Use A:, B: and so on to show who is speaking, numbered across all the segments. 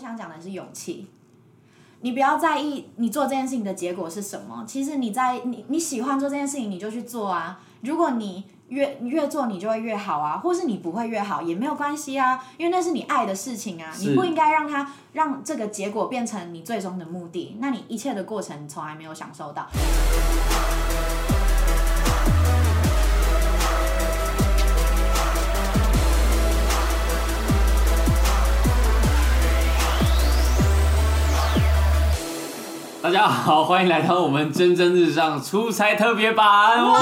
A: 想讲的是勇气。你不要在意你做这件事情的结果是什么，其实你在你你喜欢做这件事情，你就去做啊。如果你越越做你就会越好啊，或是你不会越好也没有关系啊，因为那是你爱的事情啊，
B: 是
A: 你不应该让它让这个结果变成你最终的目的。那你一切的过程你从来没有享受到。
B: 大家好，欢迎来到我们蒸蒸日上出差特别版，哇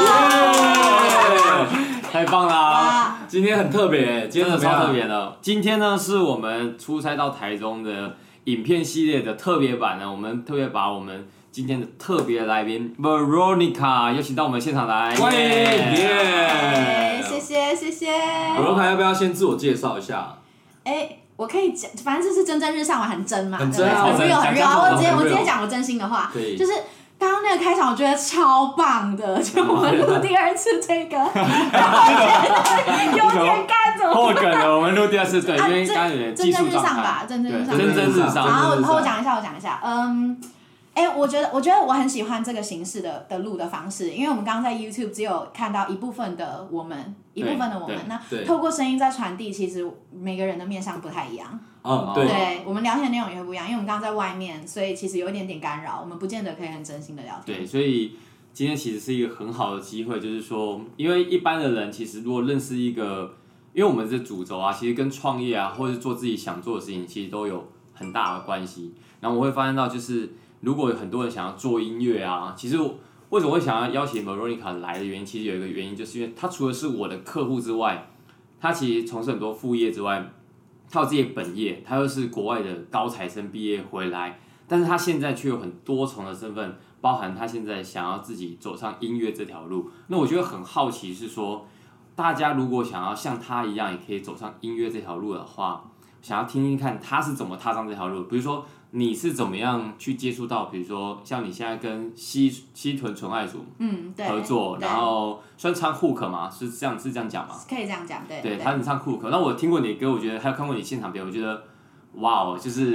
B: 太棒啦
A: 哇！
B: 今天很特别，今天
C: 真的
B: 超
C: 超
B: 特
C: 特
B: 别
C: 别
B: 的。今天呢是我们出差到台中的影片系列的特别版呢，我们特别把我们今天的特别来宾 Veronica 邀请到我们现场来，
C: 欢迎
A: 哎
B: 哎
C: 耶！
A: 谢。谢谢谢。
C: 罗凯要不要先自我介绍一下？
A: 哎，我可以讲，反正这是蒸蒸日上嘛，很蒸嘛，
C: 很
A: 对
C: 蒸啊
A: 不对很 real 很
B: 很
A: real。
B: 蒸讲
A: 我直接
C: 讲
A: 我直
C: 讲
A: 接讲我真心的话，
C: 可以
A: 就是。刚刚那个开场我觉得超棒的，就我们录第二次这个，有点干怎么
B: 破梗了，我们录第二次，对，因
A: 啊
B: 为
A: 这
B: 刚刚有点技
A: 蒸蒸
B: 术
A: 日上
B: 障
A: 吧
B: 碍，，
A: 蒸蒸日上。
B: 对蒸蒸日
C: 蒸蒸日
B: 上
C: 上，
A: 好，
C: 真的是
A: 我我讲一下，我讲一下，嗯。哎、我觉得，我觉得我很喜欢这个形式的的录的方式，因为我们刚刚在 YouTube 只有看到一部分的我们，一部分的我们，那
C: 对
A: 透过声音在传递，其实每个人的面相不太一样，
C: 嗯，
A: 对
C: 对，
A: 我们聊天的内容也会不一样，因为我们刚刚在外面，所以其实有一点点干扰，我们不见得可以很真心的聊天。
B: 对，所以今天其实是一个很好的机会，就是说，因为一般的人其实如果认识一个，因为我们这主轴啊，其实跟创业啊，或者是做自己想做的事情，其实都有很大的关系。然后我会发现到，就是如果有很多人想要做音乐啊，其实我为什么会想要邀请 Veronica 来的原因，其实有一个原因，就是因为他除了是我的客户之外，他其实从事很多副业之外，他有自己的本业，他又是国外的高材生毕业回来，但是他现在却有很多重的身份，包含他现在想要自己走上音乐这条路。那我觉得很好奇是说，大家如果想要像他一样，也可以走上音乐这条路的话，想要听听看他是怎么踏上这条路，比如说。你是怎么样去接触到，比如说像你现在跟西西屯纯爱组
A: 嗯，对，
B: 合作，
A: 对
B: 然后算唱 hook 吗？是这样是这样讲吗？
A: 可以这样讲，对
B: 对，他很唱酷可。那我听过你的歌，我觉得还有看过你现场表演，我觉得哇哦，就是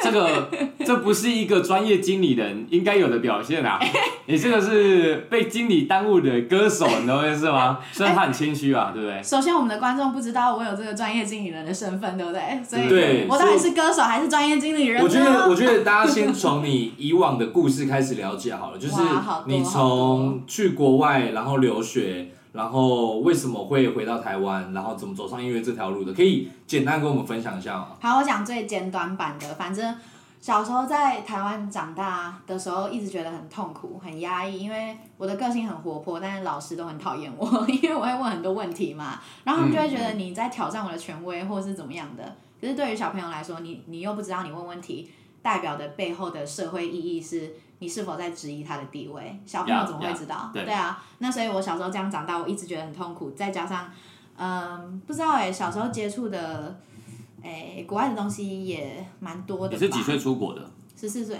B: 这个这不是一个专业经理人应该有的表现 啊！你这个是被经理耽误的歌手，你懂我意 思吗？虽然他很谦虚啊，对不对？
A: 首先，我们的观众不知道我有这个专业经理人的身份，对不对？所以，
C: 对
A: 我到底是歌手还是专业经理人呢？
C: 我觉得，我觉得大家先从你以往的故事开始了解好了，就是
A: 哇好多
C: 你从去国外，然后留学，然后为什么会回到台湾，然后怎么走上音乐这条路的，可以简单跟我们分享一下吗？
A: 好，我讲最简短版的，反正小时候在台湾长大的时候，一直觉得很痛苦、很压抑，因为我的个性很活泼，但是老师都很讨厌我， 因为我会问很多问题嘛，然后他们就会觉得你在挑战我的权威，或是怎么样的。可是对于小朋友来说，你你又不知道你问问题代表的背后的社会意义是。你是否在质疑他的地位？小朋友
B: Yeah，
A: 怎么会
B: yeah，
A: 知道
B: 对
A: 对啊，那所以我小时候这样长大，我一直觉得很痛苦。再加上，嗯，不知道哎、小时候接触的哎、国外的东西也蛮多的。
B: 你是几岁？出国的？
A: 十四岁，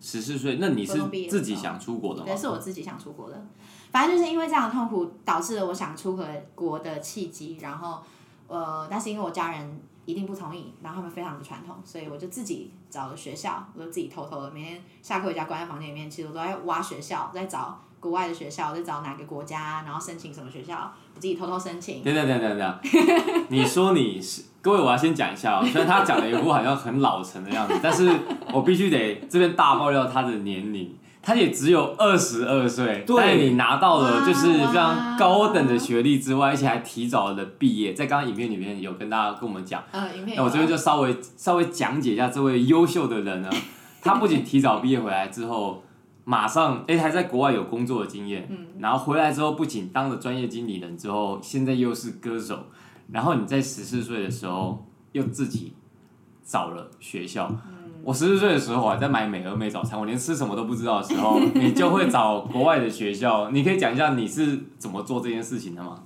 B: 十四岁，那你是
A: 国中毕业的时
B: 自
A: 候
B: 己想出国的吗
A: 对，？是我自己想出国的。反正就是因为这样的痛苦，导致了我想出国的契机。然后，呃，但是因为我家人一定不同意，然后他们非常的传统，所以我就自己找了学校，我就自己偷偷的每天下课回家关在房间里面，其实我都在挖学校，在找国外的学校，在找哪个国家，然后申请什么学校，我自己偷偷申请。
B: 等等等等等， 你说你是各位，我要先讲一下、哦，虽然他讲的一副好像很老成 的样子，但是我必须得这边大爆料他的年龄，他也只有二十二岁，
C: 对
B: 但你拿到了就是
A: 哇
B: 非常高等的学历之外，而且还提早的毕业，在刚刚影片里面有跟大家跟我们讲。
A: 呃，影片
B: 那
A: 有
B: 哎我这边
A: 啊
B: 就稍微稍微讲解一下这位优秀的 人呢，啊他不仅提早毕业回来之后，马上哎、还在国外有工作的经验，
A: 嗯
B: 然后回来之后不仅当了专业经理人之后，现在又是歌手，然后你在十四岁的时候又自己找了学校。
A: 嗯
B: 我十四岁的时候啊还在买美而美早餐，我连吃什么都不知道的时候，你就会找国外的学校。你可以讲一下你是怎么做这件事情的吗？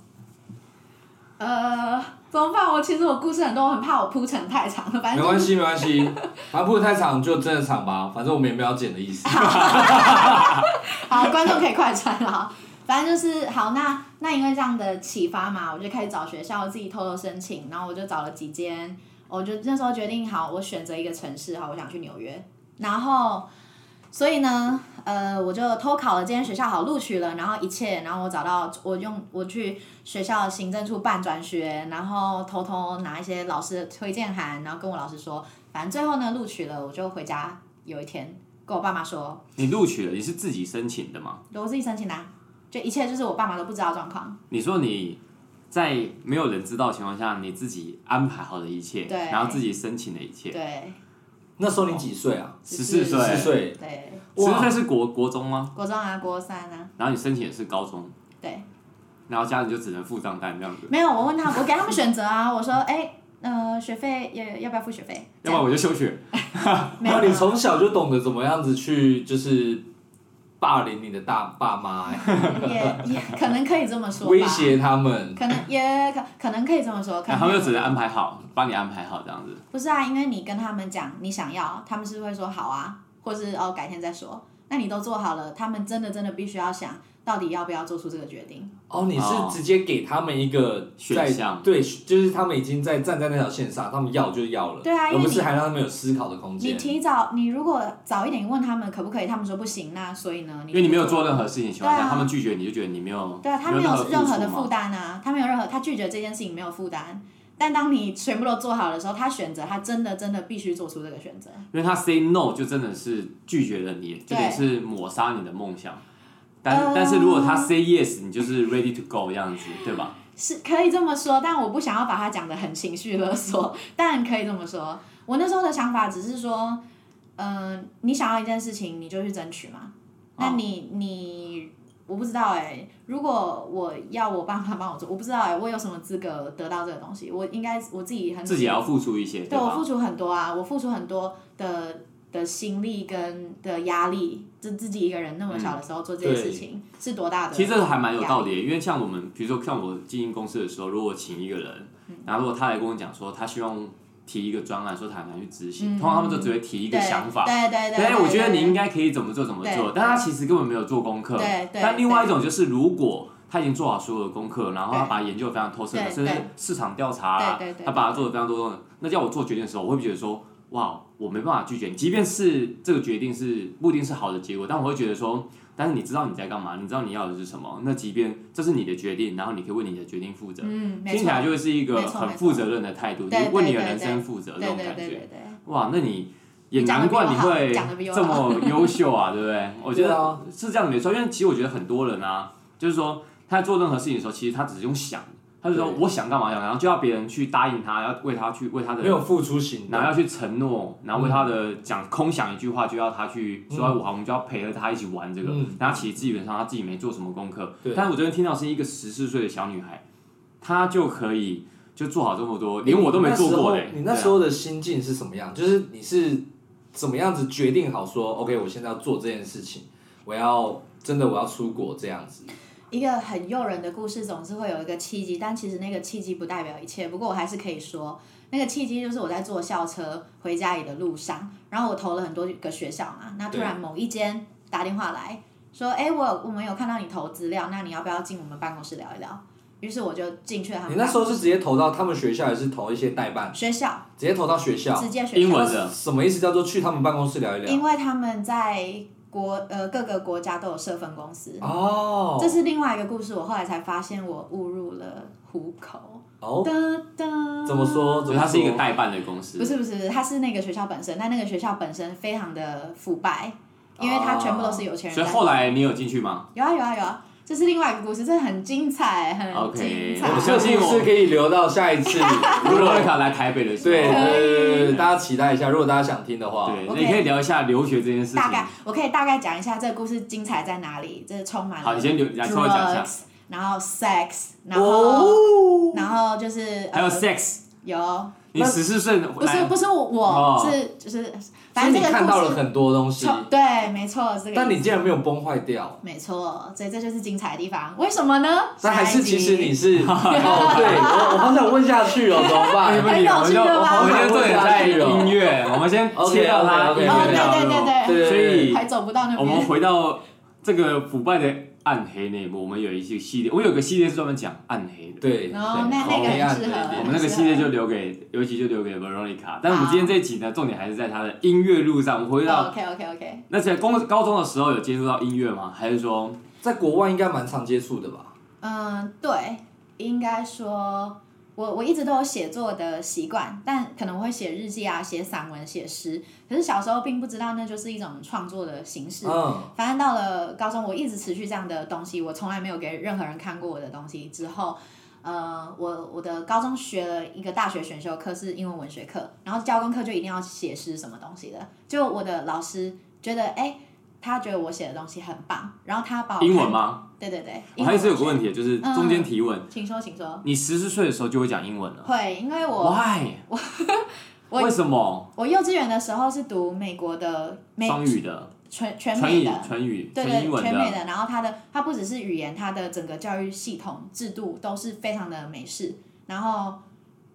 A: 呃，怎么办？我其实我故事很多，我很怕我铺陈太长了，反
C: 没
A: 正就
C: 关系，没关系，啊，不太长就真的长吧，反正我们也没有要剪的意思。
A: 好，观众可以快传了哈。反正就是好，那那因为这样的启发嘛，我就开始找学校，自己偷偷申请，然后我就找了几间，我就那时候决定好，我选择一个城市，好，我想去纽约。然后，所以呢，呃，我就偷考了这间学校，好录取了，然后一切，然后我找到我用我去学校行政处办转学，然后偷偷拿一些老师的推荐函，然后跟我老师说，反正最后呢录取了，我就回家。有一天跟我爸妈说，
B: 你录取了，你是自己申请的吗？
A: 我自己申请的啊、就一切就是我爸妈都不知道的状况。
B: 你说你在没有人知道的情况下，你自己安排好的一切，
A: 对
B: 然后自己申请的一切，
A: 对
C: 那时候你几岁啊？
B: 十四岁，
A: 14
C: 十岁，
A: 对，
B: 十四
C: 哇
B: 岁是国国中吗？
A: 国中啊，国三啊，
B: 然后你申请的是高中，
A: 对。
B: 然后家里就只能付账单这样子，
A: 没有，我问他，我给他们选择啊，我说，哎、呃，学费要要不要付学费？
B: 要不然我就休学。
A: 没
C: 然
A: 有
C: 后你
A: 没有，
C: 从小就懂得怎么样子去就是霸凌你的大爸妈、欸
A: 也也可能可以这么说吧，
C: 威胁哎他们。
A: 可能也可可能可以这么说，可
B: 然后
A: 能
B: 又只能安排好，帮你安排好这样子。
A: 不是啊，因为你跟他们讲你想要，他们是会说好啊，或是哦改天再说。那你都做好了，他们真的真的必须要想到底要不要做出这个决定。
C: 哦，你
B: 哦
C: 是直接给他们一个
B: 选
C: 在
B: 项
C: 对，就是他们已经在站在那条线上，他们要就要了，
A: 对啊因为
C: 而不是
A: 你
C: 还让他们有思考的空
A: 你
C: 间。
A: 提早，你如果早一点问他们可不可以，他们说不行，那所以呢，
B: 因为你没有
A: 就
B: 做任何事情的情况
A: 对
B: 下，
A: 啊
B: 他们拒绝你就觉得你没有，
A: 对啊，他
B: 没
A: 没有任何的
B: 付
A: 负
B: 出嘛。
A: 担啊，他没有任何，他拒绝这件事情没有负担。但当你全部都做好的时候，他选择，他真的真的必须做出这个选择。
B: 因为他 say no 就真的是拒绝了你，
A: 对
B: 就等于是抹杀你的梦想。但、
A: 呃
B: 但是如果他 say yes，你就是 ready to go 这样子，对吧？
A: 是可以这么说，但我不想要把它讲的很情绪勒索，但可以这么说。我那时候的想法只是说，嗯、你想要一件事情，你就去争取嘛。那
B: 哦
A: 你你我不知道哎、如果我要我爸妈帮我做，我不知道哎、我有什么资格得到这个东西？我应该我自己很
B: 自己也要付出一些，
A: 对我
B: 吧？
A: 付出很多啊，我付出很多的的心力跟的压力，就自己一个人那么小的时候做这些事情，是多大的？
B: 嗯其实这个还蛮有道理的，因为像我们，比如说像我经营公司的时候，如果我请一个人，
A: 嗯
B: 然后如果他来跟我讲说他希望提一个专案，说他很难去执行，
A: 嗯
B: 通常他们就只会提一个
A: 对
B: 想法，
A: 对对对
B: 对，我觉得你应
A: 该
B: 该可以怎么做怎么
A: 对，
B: 做但他其实根本没有做功课。
A: 对对
B: 但另外一种就是，如果他已经做好所有的功课，然后他
A: 对
B: 把研究非常透彻
A: 对，
B: 甚至
A: 对
B: 市场调查啊
A: 对对对，
B: 他把它做的非常多。那叫我做决定的时候，我会觉得说，哇，我没办法拒绝你，即便是这个决定是不一定是好的结果，但我会觉得说，但是你知道你在干嘛，你知道你要的是什么，那即便这是你的决定，然后你可以为你的决定负责。
A: 嗯，没
B: 听起
A: 错，
B: 来就会是一个
A: 没错
B: 很
A: 没错
B: 负责任的态度，你
A: 对对
B: 为你的
A: 对
B: 人
A: 对
B: 生负责这
A: 对
B: 种
A: 对
B: 感
A: 对
B: 觉。
A: 对对，
B: 哇，那你也
A: 你讲得
B: 难怪
A: 比
B: 你
A: 我好
B: 会
A: 讲得比我
B: 这么优秀啊， 对不对？我觉
C: 对
B: 得
C: 啊
B: 是这样没错，因为其实我觉得很多人啊，就是说他在做任何事情的时候，其实他只是用想，他就说
C: 对
B: 我想干嘛想，然后就要别人去答应他，要为他去为他的
C: 没，有付出行
B: 然
C: 动
B: 后，要去承诺，然后为他的讲空想一句话，就要他去说哎我好，我们就要陪着他一起玩这个
C: 嗯，
B: 然后其实基本上他自己没做什么功课
C: 对，
B: 但是我这边听到是一个十四岁的小女孩，她就可以就做好这么多，连我都没做过嘞。啊
C: 你那时候的心境是什么样？就是你是怎么样子决定好说，OK，我现在要做这件事情，我要真的我要出国这样子。
A: 一个很诱人的故事总是会有一个契机，但其实那个契机不代表一切。不过我还是可以说，那个契机就是我在坐校车回家里的路上，然后我投了很多个学校嘛，那突然某一间打电话来说，哎、我有我们有看到你投资料，那你要不要进我们办公室聊一聊？于是我就进去了他
C: 你
A: 们
C: 那
A: 办
C: 时候是直接投到他们学校，还是投一些代办？
A: 学校，
C: 直接投到学校？
A: 直接学校
B: 英文的，
C: 什么意思？叫做去他们办公室聊一聊？
A: 因为他们在国呃各个国家都有设分公司，
C: 哦，
A: 这是另外一个故事。我后来才发现我误入了虎口。
C: 哦，
A: 哒哒
C: 怎么说？
B: 所
C: 怎
B: 以
C: 么
B: 它是一个
C: 说
B: 代办的公司，
A: 不是不是，不是他是那个学校本身，但那个学校本身非常的腐败，因为他全部都是有钱人
B: 哦所以
A: 在。
B: 后来你有进去吗？
A: 有啊有啊有啊，这是另外一个故事，这很精彩，很
B: OK，
A: 精彩。
B: 我
C: 这
B: 相信
C: 个故事可以留到 下一次。
B: 如果瑞卡来台北的时候，
C: 对对
A: 可以
C: 对对对，大家期待一下，如果大家想听的话，
B: 对，
A: 哦 OK
B: 那你可以聊一下留学这件事情。
A: 大概我可以大概讲一下这个故事精彩在哪里，这充满
B: 好，
A: 了
B: 你先留，来稍微讲一下
A: drugs，，然后 sex，然后、
C: 哦，
A: 然后就是
B: 还有
A: 呃
B: sex，
A: 有，
B: 你十四岁
A: 不是
B: 来
A: 不是我我、
B: 哦
A: 是就是
C: 所以
A: 反
C: 你
A: 正这
C: 看到
A: 个
C: 了
A: 故事
C: 很多东西，
A: 充对，没错，这个
C: 但
A: 意
C: 你
A: 思
C: 竟然没有崩坏掉。
A: 没错，所以这就是精彩的地方，为什么呢？
C: 那还是
A: 下一集
C: 其实你是 哦，对我我好想问下去哦，怎么
B: 哎不
C: 办？
B: 行我们就
A: 很有趣的吧
B: 我们先重点在音乐，我们先
C: OK，OK，OK，
B: 切到他音
C: OK，OK，OK
B: 乐
A: 哦，对
B: 这条
A: 对
B: 路
A: 对对，
C: 对对对
B: 所以
A: 还走不到那
B: 我们
A: 边。
B: 回到这个腐败的暗黑那一幕，我们有一些系列，我有个系列是专门讲暗黑的。
C: 对，
A: 然后那
C: 对
A: 那个
C: 好黑暗
A: 很适合，
B: 我们那个系列就
A: 很适
B: 留给，尤其就留给 Veronica。但我们
A: 好
B: 今天这一集呢，重点还是在她的音乐路上。我们回
A: 合。
B: 到
A: OK OK OK，
B: 那在高高中的时候有接触到音乐吗？还是说
C: 在国外应该蛮常接触的吧？
A: 嗯，对，应该说，我我一直都有写作的习惯，但可能我会写日记啊、写散文、写诗，可是小时候并不知道那就是一种创作的形式。
C: 嗯，
A: 反正到了高中，我一直持续这样的东西，我从来没有给任何人看过我的东西。之后，呃，我我的高中学了一个大学选修课是英文文学课，然后交功课就一定要写诗什么东西的。就我的老师觉得，哎、他觉得我写的东西很棒，然后他把我
B: 英文
A: 看？
B: 吗？
A: 对对对，
B: 我还是有个问
A: 题，
B: 题，嗯就是中间提问，
A: 请说，请说。
B: 你十四岁的时候就会讲英文了
A: 会，因为我
B: ？Why？
A: 我
B: 为什么
A: 我幼稚园的时候是读美国的美
B: 双语的、
A: 全全
B: 纯
A: 美
B: 语
A: 的、、
B: 纯语、
A: 对
B: 纯
A: 对
B: 英，文
A: 全美
B: 的？
A: 的，然后它的它不只是语言，它的整个教育系统制度都是非常的美式。然后，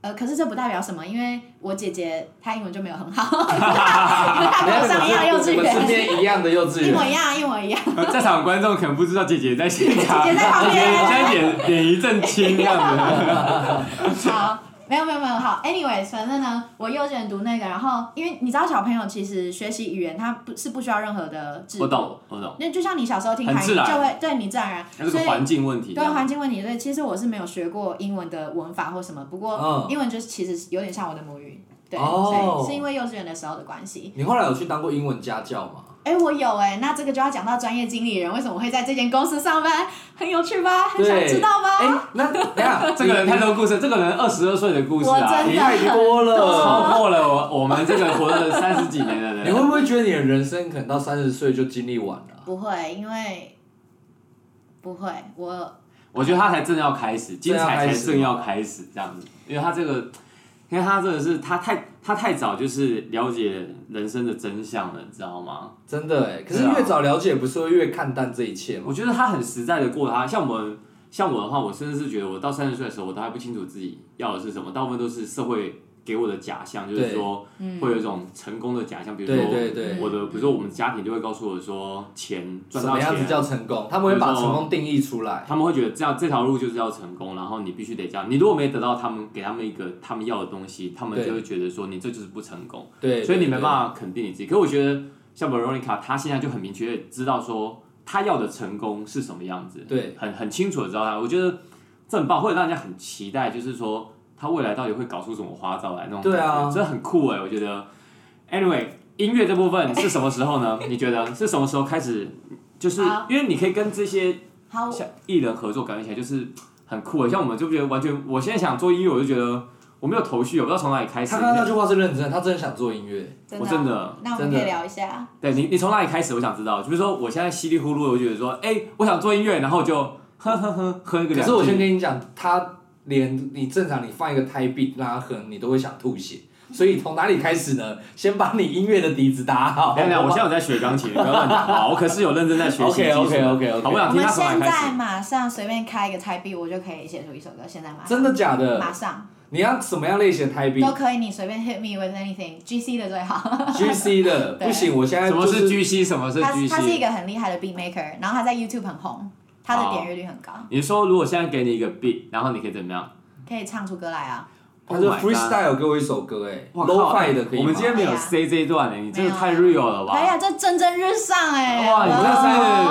A: 呃，可是这不代表什么，因为我姐姐她英文就没有很好， 她跟我上一样幼稚
C: 我们是
A: 园，
C: 念一样的幼稚
A: 一模
C: 园，
A: 一样，一模一样。
B: 在场观众可能不知道姐姐在现场，
A: 姐姐在旁边
B: 姐 姐现在脸脸一阵青这样 子。
A: 好，没有没有没有好，anyways，反正呢，我幼稚园读那个，然后因为你知道小朋友其实学习语言他不是不需要任何的制
B: 我
A: 度，
B: 懂，我懂，
A: 那就像你小时候听
B: 很
A: 韩语
B: 自
A: 就
B: 然
A: 会对你自然而
B: 那
A: 然，
B: 是个
A: 所以
B: 环境问题。
A: 对啊环境问题，对，其实我是没有学过英文的文法或什么，不过
C: 嗯
A: 英文就是其实有点像我的母语，对，
C: 哦
A: 所以是因为幼稚园的时候的关系。
C: 你后来有去当过英文家教吗？
A: 哎，我有哎，那这个就要讲到专业经理人为什么会在这间公司上班，很有趣吧？很想
C: 对
A: 知道吗？
C: 哎、那等一 下
B: 这个人太多故事，这个人二十二岁的故事
A: 我
B: 啊，
A: 真
C: 你
B: 你
A: 的
C: 太多了。
A: 啊
B: 超过了我我们这个活了三十几年的
C: 你会
B: 人。
C: 不会觉得你的人生可能到三十岁就经历完了？
A: 不会，因为不会，我
B: 我觉得他才正要开始，精彩才
C: 正
B: 正要开始这样子，因为他这个，因为他真的是他太他太早就是了解人生的真相了，你知道吗？
C: 真的哎、可是
B: 对啊
C: 越早了解，不是会越看淡这一切吗？
B: 我觉得他很实在的过他，像我们像我的话，我甚至是觉得我到三十岁的时候，我都还不清楚自己要的是什么，大部分都是社会给我的假象，就是
C: 对
B: 说
A: 嗯
B: 会有一种成功的假象，比如说
C: 对对对
B: 我的，比如说我们家庭就会告诉我说钱
C: 什
B: 赚到
C: 么样子
B: 钱。
C: 叫成功？他们会把成功定义出来。
B: 他们会觉得这样这条路就是要成功，然后你必须得这样。你如果没得到他们给他们一个他们要的东西，他们
C: 对
B: 就会觉得说你这就是不成功。
C: 对，
B: 所以你没办
C: 法。
B: 法肯定你自己。可我觉得像 Veronica，她现在就很明确地知道说她要的成功是什么样子，
C: 对，
B: 很很清楚的知道她。我觉得这很棒，会让人家很期待，就是说她未来到底会搞出什么花招来那种。
C: 对啊
B: 这很酷哎、我觉得。Anyway，音乐这部分是什么时候呢？你觉得是什么时候开始？就是
A: 好
B: 因为你可以跟这些
A: 好，
B: 像艺人合作，感觉起来就是很酷哎、像我们就觉得完全，我现在想做音乐，我就觉得我没有头绪，我不知道从哪里开始欸
C: 他。刚刚那句话是认真的，他真的想做音乐。
A: 真
B: 我
A: 的啊
B: 真的
A: 那我们
C: 真
A: 可
C: 的
A: 以聊一下。
B: 对你，你从哪里开始？我想知道。就比如说，我现在稀里糊涂，我就觉得说，哎、我想做音乐，然后就哼哼哼哼一个
C: 可
B: 两句。
C: 是我先跟你讲，他连你正常你放一个 type beat 让他哼，你都会想吐血。所以从哪里开始呢？ 先把你音乐的底子打好。
B: 等一下等一下，我现在有在学钢琴，不要乱讲话。我可是有认真在学习
C: OK，OK，OK，OK
B: 好，我想
A: 我
B: 听
A: 们
B: 他从哪
A: 现
B: 里开
A: 在
B: 始。
A: 马上随便开一个 type，我就可以写出一首歌。现在马上，
C: 真的假的？
A: 马上
C: 你要什么样类型的 type
A: 都
C: beat？
A: 可以，你随便 hit me with anything，GC 的最好。
C: GC 的
A: 对
C: 不行，我现在
B: 什么
C: 就是
B: G C？什么是
A: 他
B: G
A: 他是一
B: C？
A: 个很厉害的 beat maker，然后他在 YouTube 很红，他的点阅率很高，
B: 你说，如果现在给你一个 beat，然后你可以怎么样？
A: 可以唱出歌来啊。
C: 他就
B: Oh my god
C: freestyle 给我一首歌，哎
B: 哇靠
C: ，low-fi 的可以吗
B: 我们今天没有
A: 哎呀
B: C 这一段欸呢，你真的
A: 没有
B: 太 real 了吧？
A: 哎呀，这蒸蒸日上哎、
B: 哇你这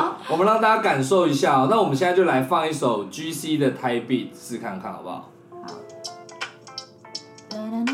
A: 哦
C: 我们让大家感受一下、哦，那我们现在就来放一首 GC 的 Type Beat 试看看，好不好？
A: 哒哒哒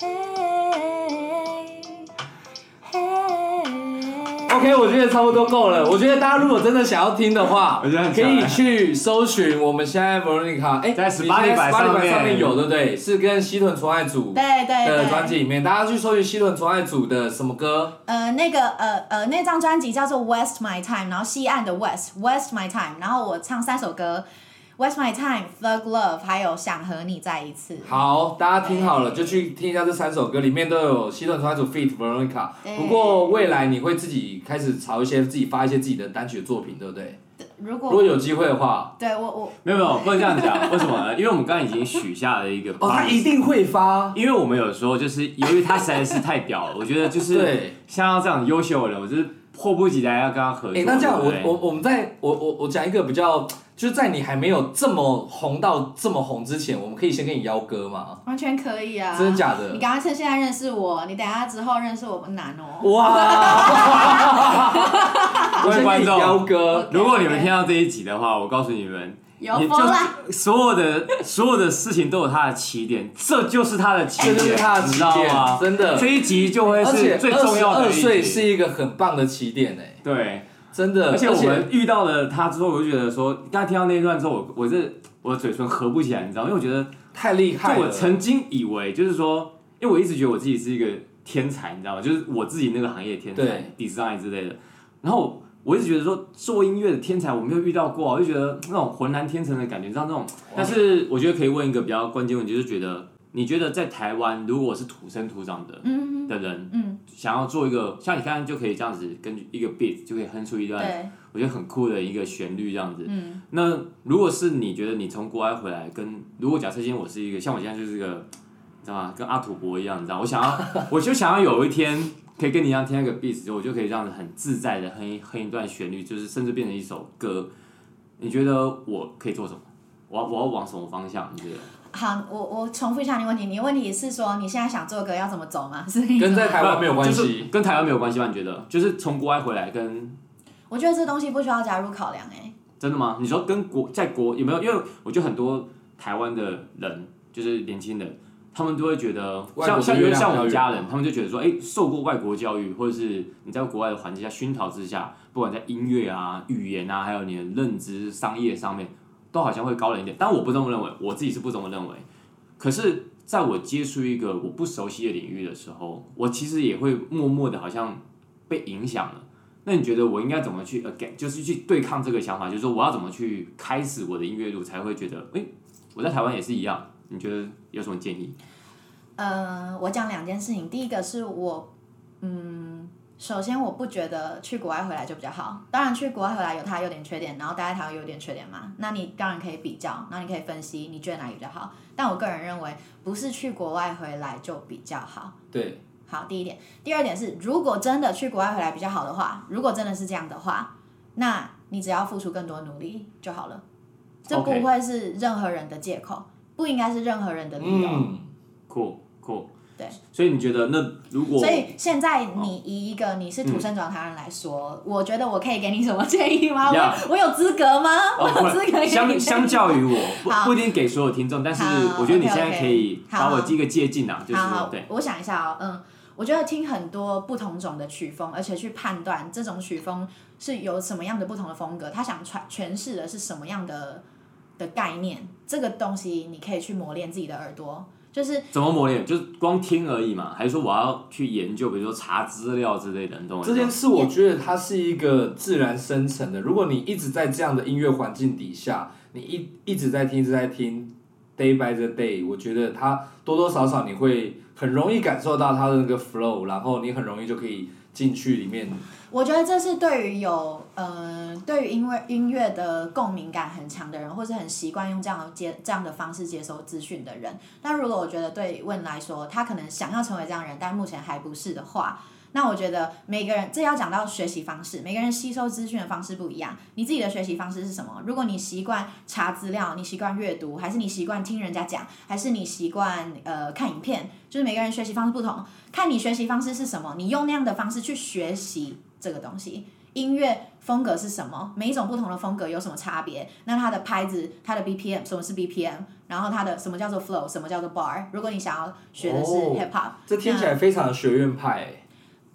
A: hey hey
C: OK，我觉得差不多够了。我觉得大家如果真的想要听的话，
B: 我觉得很
C: 可
B: 强
C: 以去搜寻我们现在 Veronica，哎，
B: 在
C: 你现
B: 18里
C: 在
B: 百
C: 18里
B: 上面
C: 百上面有，对不对？是跟西屯纯爱组
A: 对对
C: 的
A: 对，
C: 专辑里面，大家去搜寻西屯纯爱组的什么歌？
A: 呃，那个呃呃，那张专辑叫做《West My Time》，然后西岸的 West West My Time，然后我唱三首歌，《West My Time》、《Thug Love》，还有《想和你再一次》。
C: 好，大家听好了，就去听一下这三首歌，里面都有西屯纯爱组 feat Veronica。
A: 对
C: 不过未来你会自己开始朝一些自己发一些自己的单曲作品，对不对？
A: 如
C: 如
A: 果
C: 果有机会的话，
A: 对我我
B: 没有没有，不能这样讲，为什么呢？因为我们刚刚已经许下了一个
C: 哦，他
B: promise
C: 一定会发。
B: 因为我们有时候就是由于他实在是太屌了，我觉得就是
C: 对。
B: 像他这样优秀的人，我就是迫不及待要跟他合作。
C: 哎、那这样
B: 对不
C: 我
B: 对
C: 我我们在我我我讲一个比较，就是在你还没有这么红到这么红之前，我们可以先跟你邀歌嘛？
A: 完全可以啊，
C: 真的假
A: 你
C: 的？
A: 赶快趁现在认识我，你等一下之后认识我不难哦。
C: 哇！
B: 各
C: 我
B: 位
C: 先跟
B: 观
C: 你
B: 众
C: 邀歌，
A: OK，
B: 如果你们
A: OK
B: 听到这一集的话，我告诉你们，
A: 有
B: 也
A: 风啦，
B: 就是所有的所有的事情都有它的起点，这就是它的起
C: 这
B: 点，
C: 就是他的
B: 你
C: 起
B: 知道
C: 点
B: 吗，？
C: 真的
B: 这。一集就会
C: 而且
B: 是最重要的
C: 二
B: 一
C: 十岁是
B: 集。
C: 一个很棒的起点哎、
B: 对，
C: 真的。
B: 而且我们遇到了他之后，我就觉得说，刚才听到那一段之后，我我这我的嘴唇合不起来，你知道吗，因为我觉得
C: 太厉害
B: 就
C: 了。
B: 我曾经以为，就是说，因为我一直觉得我自己是一个天才，你知道吗？就是我自己那个行业的天才，design 之类的。然后我一直觉得说，做音乐的天才我没有遇到过啊，我就觉得那种浑然天成的感觉，你知道那种。但是我觉得可以问一个比较关键问题，就是觉得你觉得在台湾，如果是土生土长的
A: 嗯
B: 的人，
A: 嗯，
B: 想要做一个像你刚刚就可以这样子，根据一个 beat 就可以哼出一段
A: 对，
B: 我觉得很酷的一个旋律这样子。
A: 嗯
B: 那如果是你觉得你从国外回来，跟如果假设今天我是一个像我现在就是一个，你知道吗？跟阿土伯一样，你知道，我想要， 我就想要有一天可以跟你一样听那个 beat，我就可以这样子很自在的哼一哼一段旋律，就是甚至变成一首歌。你觉得我可以做什么？我要我要往什么方向？你觉得？
A: 好，我我重复一下你的问题，你的问题是说你现在想做歌要怎么走吗？是
C: 跟在台湾没有关
B: 就
C: 系
B: 是。跟台湾没有关系吗？你觉得？就是从国外回来跟
A: 我觉得这东西不需要加入考量哎、
B: 真的吗？你说跟国在国有没有？因为我觉得很多台湾的人，就是年轻人，他们都会觉得，
C: 外国
B: 像
C: 的
B: 像
C: 月亮
B: 像我
C: 比
B: 们
C: 较
B: 家
C: 圆
B: 人，他们就觉得说，哎，受过外国教育，或者是你在国外的环境下熏陶之下，不管在音乐啊、语言啊，还有你的认知、商业上面，都好像会高人一点。但我不这么认为，我自己是不这么认为。可是，在我接触一个我不熟悉的领域的时候，我其实也会默默的，好像被影响了。那你觉得我应该怎么去 again，就是去对抗这个想法，就是说我要怎么去开始我的音乐路，才会觉得，哎、我在台湾也是一样。你觉得有什么建议？
A: 呃，我讲两件事情，第一个是我，嗯，首先我不觉得去国外回来就比较好，当然去国外回来有它的优点缺点，然后待在台湾有优点缺点嘛，那你当然可以比较，那你可以分析你觉得哪里比较好，但我个人认为不是去国外回来就比较好。
C: 对，
A: 好，第一点，第二点是，如果真的去国外回来比较好的话，如果真的是这样的话，那你只要付出更多努力就好了，这不
B: OK
A: 会是任何人的借口，不应该是任何人的理由。
C: 嗯，
B: 酷酷，
A: 对。
B: 所以你觉得，那如果
A: 所以现在你以一个你是土生转台湾人来说，我觉得我可以给你什么建议吗？
B: 呀
A: 我我有资格吗？我
B: 哦
A: 有资格给你建
B: 相
A: 议
B: 相较于我，不
A: 好
B: 不一定给所有听众，但是
A: 好
B: 我觉得你
A: OK，OK
B: 现在可以
A: 好
B: 把我第一个借鉴啊，就是
A: 好
B: 说
A: 好
B: 对，，
A: 我想一下哦，嗯，我觉得听很多不同种的曲风，而且去判断这种曲风是有什么样的不同的风格，他想传诠释的是什么样的的概念，这个东西你可以去磨练自己的耳朵，就是
B: 怎么磨练，就是光听而已嘛，还是说我要去研究，比如说查资料之类的，你懂我意
C: 这
B: 思吗
C: 件事我觉得它是一个自然生成的。如果你一直在这样的音乐环境底下，你一一直在听，一直在听，day by the day，我觉得它多多少少你会很容易感受到它的那个 flow，然后你很容易就可以进去里面。
A: 我觉得这是对于有呃，对于音乐音乐的共鸣感很强的人，或是很习惯用这样的接这样的方式接收资讯的人。但如果我觉得对问来说，他可能想要成为这样的人，但目前还不是的话，那我觉得每个人这要讲到学习方式，每个人吸收资讯的方式不一样。你自己的学习方式是什么？如果你习惯查资料，你习惯阅读，还是你习惯听人家讲，还是你习惯呃看影片？就是每个人学习方式不同。看你学习方式是什么，你用那样的方式去学习这个东西。音乐风格是什么？每一种不同的风格有什么差别？那它的拍子、它的 BPM，什么是 BPM？然后它的什么叫做 flow，什么叫做 bar？如果你想要学的是
C: 哦
A: hip hop，、
C: 这听起来非常的学院派、欸，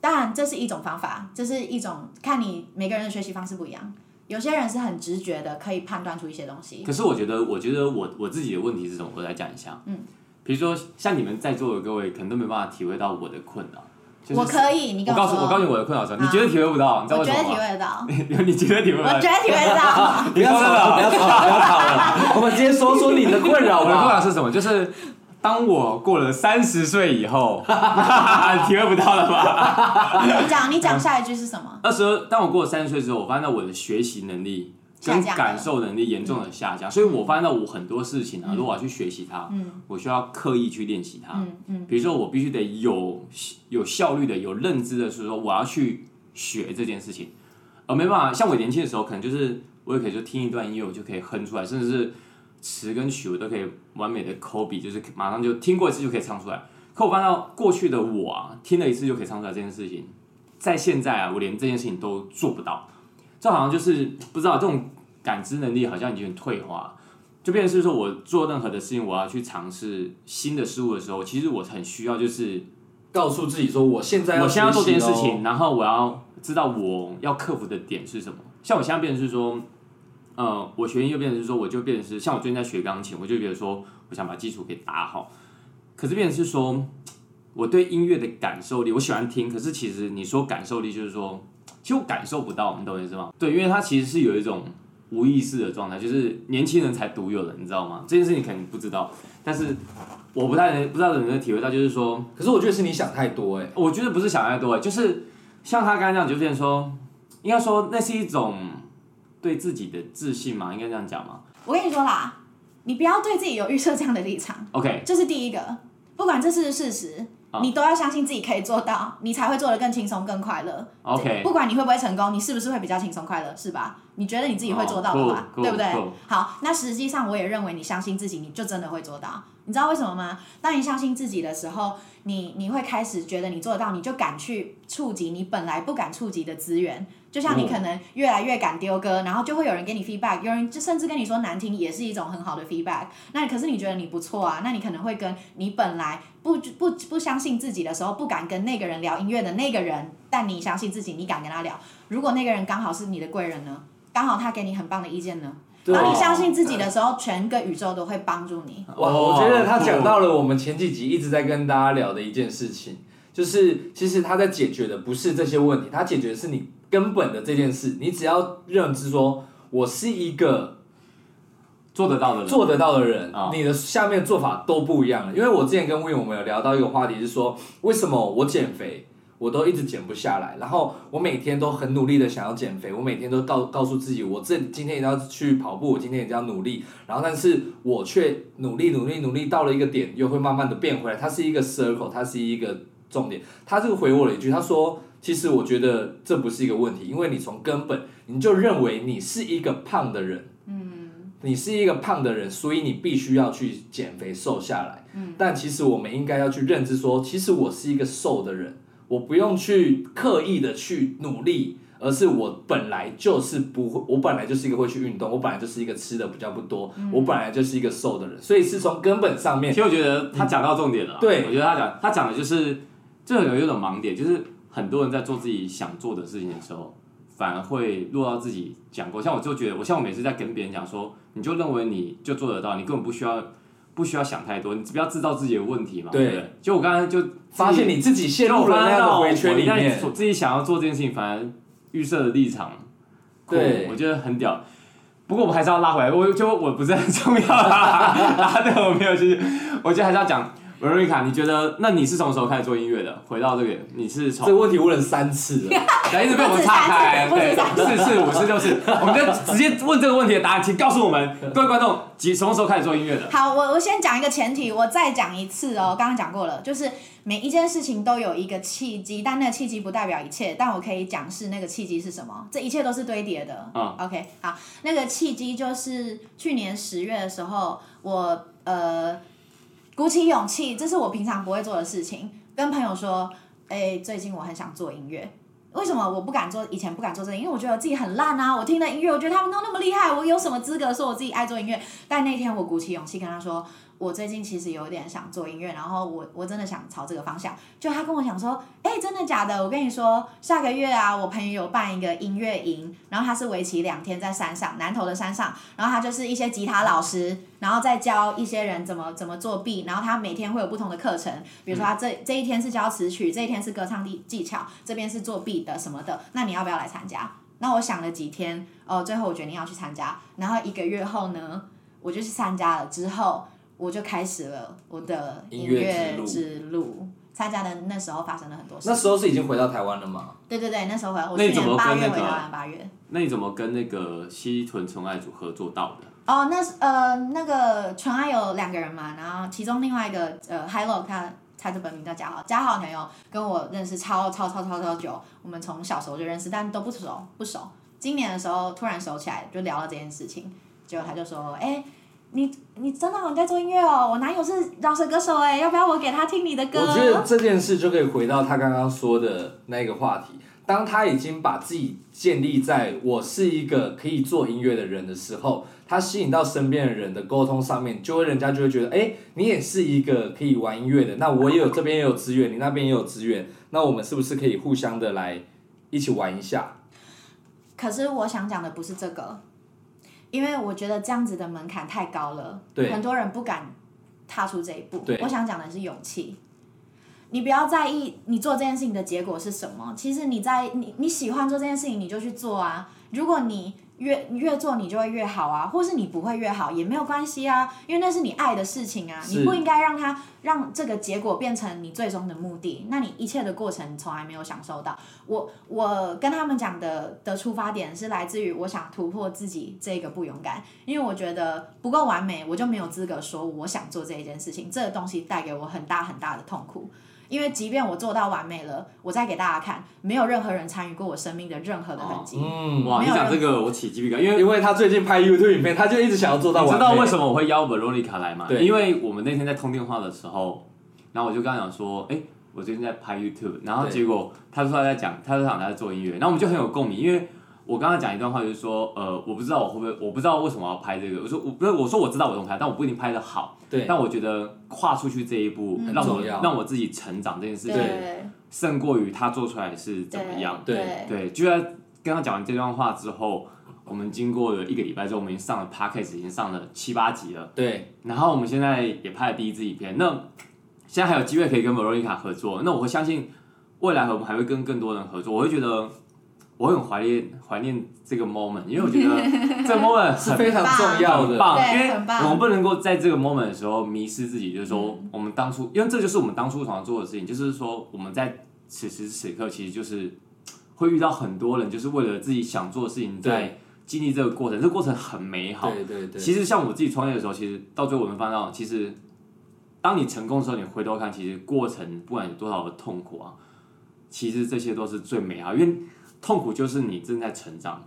A: 当然这是一种方法，这是一种看你每个人的学习方式不一样。有些人是很直觉的，可以判断出一些东西。
B: 可是我觉得，我觉得我我自己的问题是什么？我来讲一下。嗯，比如说像你们在座的各位，可能都没办法体会到我的困扰。就是、
A: 我可以，你
B: 我
A: 跟
B: 告诉
A: 说，嗯
B: 我告诉你我的困扰是什么，你绝对体会不到，你知道
A: 我
B: 为
A: 觉
B: 什
A: 得
B: 么
A: 体
B: 吗？
A: 会得到，
B: 你绝对体会不
A: 我
B: 到
A: 绝。对体会得到。
C: 不要吵了，不要吵了，不要吵了，我们直接说说你的困扰
B: 啊我的困
C: 吧。
B: 扰是什么？就是当我过了三十岁以后， 体会不到了吧？
A: 你讲，你讲下一句是什么？
B: 那时候，当我过了三十岁之后，我发现到我的学习能力
A: 下
B: 跟
A: 降了
B: 感受能力严重的下降，所以我发现到我很多事情啊，如果我要去学习它，
A: 嗯
B: 我需要刻意去练习它。
A: 嗯嗯
B: 比如说，我必须得有有效率的、有认知的，是说我要去学这件事情，而没办法。像我年轻的时候，可能就是我也可以就听一段音乐，我就可以哼出来，甚至是词跟曲我都可以完美的 copy，就是马上就听过一次就可以唱出来。可我发现到过去的我啊，听了一次就可以唱出来这件事情，在现在啊，我连这件事情都做不到，这好像就是不知道这种感知能力好像已经退化了。就变成是说我做任何的事情，我要去尝试新的事物的时候，其实我很需要就是
C: 告诉自己说，我现在要
B: 我现在要做这件
C: 学习
B: 事
C: 咯
B: 情，然后我要知道我要克服的点是什么。像我现在变成是说，呃，我学音乐变成是说，我就变成是像我最近在学钢琴，我就觉得说，我想把基础给打好。可是变成是说，我对音乐的感受力，我喜欢听，可是其实你说感受力，就是说，其实我感受不到，你懂我意思吗？对，因为它其实是有一种无意识的状态，就是年轻人才独有的，你知道吗？这件事情肯定不知道，但是我不太能不知道能不能体会到，就是说。
C: 可是我觉得是你想太多哎、
B: 我觉得不是想太多，就是像他刚刚这样，就变成说，应该说那是一种对自己的自信嘛，应该这样讲嘛。
A: 我跟你说啦，你不要对自己有预设这样的立场，
B: OK，
A: 这是第一个。不管这是事实
B: 啊，
A: 你都要相信自己可以做到，你才会做得更轻松、更快乐。
B: OK，
A: 不管你会不会成功，你是不是会比较轻松快乐，是吧？你觉得你自己会做到的话，
B: 哦，cool，cool，
A: 对不对
B: cool
A: 好，那实际上我也认为你相信自己，你就真的会做到。你知道为什么吗？当你相信自己的时候，你你会开始觉得你做得到，你就敢去触及你本来不敢触及的资源。就
B: 哦
A: 像你可能越来越敢丢歌，然后就会有人给你 feedback，有人就甚至跟你说难听，也是一种很好的 feedback。那可是你觉得你不错啊，那你可能会跟你本来不不不相信自己的时候，不敢跟那个人聊音乐的那个人，但你相信自己，你敢跟他聊。如果那个人刚好是你的贵人呢？刚好他给你很棒的意见呢？
C: 对
A: 当你相信自己的时候，全个宇宙都会帮助你。
C: 哇，
B: 哦
C: 我觉得他讲到了我们前几集一直在跟大家聊的一件事情，就是其实他在解决的不是这些问题，他解决的是你根本的这件事。你只要认知说，我是一个
B: 做得到的人，
C: 做得到的人
B: 啊，
C: 你的下面的做法都不一样了。因为我之前跟 Win 我们有聊到一个话题，是说为什么我减肥我都一直减不下来，然后我每天都很努力的想要减肥，我每天都告告诉自己，我这今天一定要去跑步，我今天一定要努力，然后但是我却努力努力努力到了一个点，又会慢慢的变回来。它是一个 circle，它是一个重点。他这个回我了一句，他说。其实我觉得这不是一个问题，因为你从根本你就认为你是一个胖的人，你是一个胖的人，所以你必须要去减肥瘦下来。嗯，但其实我们应该要去认知说，其实我是一个瘦的人，我不用去刻意的去努力，而是我本来就是不会，我本来就是一个会去运动，我本来就是一个吃的比较不多，
B: 嗯
C: 我本来就是一个瘦的人，所以是从根本上面
B: 其实我觉得他讲到重点了啦。
C: 对
B: 我觉得他讲他讲的就是，这有一种盲点，就是很多人在做自己想做的事情的时候，反而会落到自己讲过。像我就觉得，我像我每次在跟别人讲说，你就认为你就做得到，你根本不需要不需要想太多，你只不要知道自己的问题嘛。
C: 对
B: 对不对，就我刚才就
C: 发现你自己陷入了那样的回圈里
B: 我在
C: 面。
B: 所自己想要做这件事情，反而预设的立场，
C: 对
B: 酷我觉得很屌。不过我们还是要拉回来，我就我不是很重要啦，拉对我没有兴趣。我觉得还是要讲维瑞卡，你觉得那你是什么时候开始做音乐的？回到这个，你是
C: 这
B: 从
C: 个问题问了三次了，
B: 来一直被我们岔开，
A: 不止
B: 对
A: 三，
B: 四四五四六四，我们就直接问这个问题的答案，请告诉我们各位观众，几什么时候开始做音乐的？
A: 好，我我先讲一个前提，我再讲一次哦。刚刚讲过了，就是每一件事情都有一个契机，但那个契机不代表一切。但我可以讲是那个契机是什么，这一切都是堆叠的。
B: 嗯
A: OK，好，那个契机就是去年十月的时候，我呃鼓起勇气，这是我平常不会做的事情，跟朋友说，哎、最近我很想做音乐。为什么我不敢做？以前不敢做这个，因为我觉得我自己很烂啊！我听的音乐，我觉得他们都那么厉害，我有什么资格说我自己爱做音乐？但那天我鼓起勇气跟他说，我最近其实有点想做音乐，然后我我真的想朝这个方向。就他跟我讲说，哎、真的假的？我跟你说，下个月啊，我朋友有办一个音乐营，然后他是为期两天在山上，南头的山上，然后他就是一些吉他老师，然后再教一些人怎么怎么作弊，然后他每天会有不同的课程，比如说他这、这一天是教词曲，这一天是歌唱技技巧，这边是作弊的什么的，那你要不要来参加？那我想了几天，哦，最后我决定要去参加。然后一个月后呢，我就去参加了，之后我就开始了我的
C: 音
A: 音
C: 乐
A: 乐
C: 之路
A: 之路。参加的那时候发生了很多事
C: 那，时候是已经回到台湾了吗？
A: 对对对，那时候回来，我
B: 那
A: 去
B: 你怎
A: 年
B: 么
A: 八
B: 跟
A: 月
B: 那
A: 回
B: 个
A: 台湾，八月。
B: 那你怎么跟那个西屯纯爱组合作到的？
A: 哦，那是呃那个纯爱有两个人嘛，然后其中另外一个呃 Hello 他。他的本名叫嘉豪，嘉豪朋友跟我认识超超超超超久，我们从小时候就认识，但都不熟不熟。今年的时候突然熟起来，就聊了这件事情，结果他就说：“哎、你你真的你在做音乐哦？我男友是饶舌歌手哎、要不要我给他听你的歌？”
C: 我觉得这件事就可以回到他刚刚说的那个话题。当他已经把自己建立在我是一个可以做音乐的人的时候，他吸引到身边的人的沟通上面，就会人家就会觉得，哎、你也是一个可以玩音乐的，那我也有这边也有资源，你那边也有资源，那我们是不是可以互相的来一起玩一下？
A: 可是我想讲的不是这个，因为我觉得这样子的门槛太高了，
C: 对
A: 很多人不敢踏出这一步
C: 对。
A: 我想讲的是勇气。你不要在意你做这件事情的结果是什么，其实你在你你喜欢做这件事情，你就去做啊。如果你越越做你就会越好啊，或是你不会越好也没有关系啊，因为那是你爱的事情啊，
C: 是
A: 你不应该让它让这个结果变成你最终的目的。那你一切的过程从来没有享受到。我我跟他们讲的的出发点是来自于我想突破自己这个不勇敢，因为我觉得不够完美，我就没有资格说我想做这一件事情。这个东西带给我很大很大的痛苦。因为即便我做到完美了，我再给大家看，没有任何人参与过我生命的任何的痕迹。
C: 嗯，
B: 哇，
A: 没
B: 你
A: 有
B: 讲
A: 人
B: 这个我起鸡皮疙瘩，因为
C: 因为他最近拍 YouTube 影片，他就一直想要做到
B: 你
C: 完
B: 知道
C: 美
B: 为什么我会邀 Veronica 来吗？
C: 对
B: 因为我们那天在通电话的时候，然后我就跟他讲说，哎、我最近在拍 YouTube，然后
C: 对
B: 结果他说他在讲，他说他在做音乐，然后我们就很有共鸣，因为我刚刚讲一段话就是说，呃，我不知道我会不会，我不知道为什么要拍这个，我说我不是我说我知道我怎么拍，但我不一定拍的好，
C: 对，
B: 但我觉得跨出去这一步，
A: 嗯
B: 让我
C: 重要
B: 让我自己成长这件事情，
A: 对
B: 胜过于他做出来嗯是怎么样。
C: 对
A: 对
B: 对，就在跟他讲完这段话之后，我们经过了一个礼拜之后，我们已经上了 podcast，已经上了七八集了。
C: 对，
B: 然后我们现在也拍了第一支影片，那现在还有机会可以跟 Veronica 合作，那我会相信未来我们还会跟更多人合作。我会觉得我会很怀念怀念这个 moment，因为我觉得这个 moment
C: 是
B: 很
C: 非常重要
B: 很
C: 的。
B: 棒，
A: 对
B: 因为
A: 很棒嗯
B: 我们不能够在这个 moment 的时候迷失自己，就是说我们当初，因为这就是我们当初想要做的事情，就是说我们在此时此刻其实就是会遇到很多人，就是为了自己想做的事情
C: 对
B: 在经历这个过程，这个过程很美好。
C: 对对对，
B: 其实像我自己创业的时候，其实到最后我们发现到，其实当你成功的时候，你回头看，其实过程不管有多少的痛苦啊，其实这些都是最美好，因为痛苦就是你正在成长，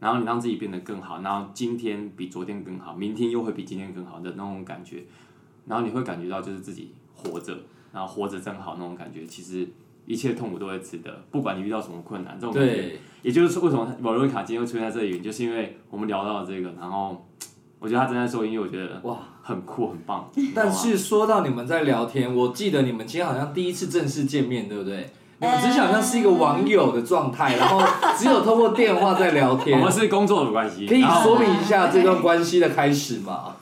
B: 然后你让自己变得更好，然后今天比昨天更好，明天又会比今天更好的那种感觉，然后你会感觉到就是自己活着，然后活着真好那种感觉，其实。一切痛苦都会值得，不管你遇到什么困难，这种感觉
C: 对
B: 也就是为什么瓦瑞卡今天会出现在这里，就是因为我们聊到了这个，然后我觉得他正在做音乐，我觉得
C: 哇。
B: 很酷很棒。你
C: 但
B: 知道吗
C: 是说到你们在聊天，我记得你们今天好像第一次正式见面，对不对？你们只是好像是一个网友的状态，然后只有透过电话在聊
B: 我
C: 天
B: 们，是工作的关系，
C: 可以
B: 然后
C: 说明一下这段关系的开始吗？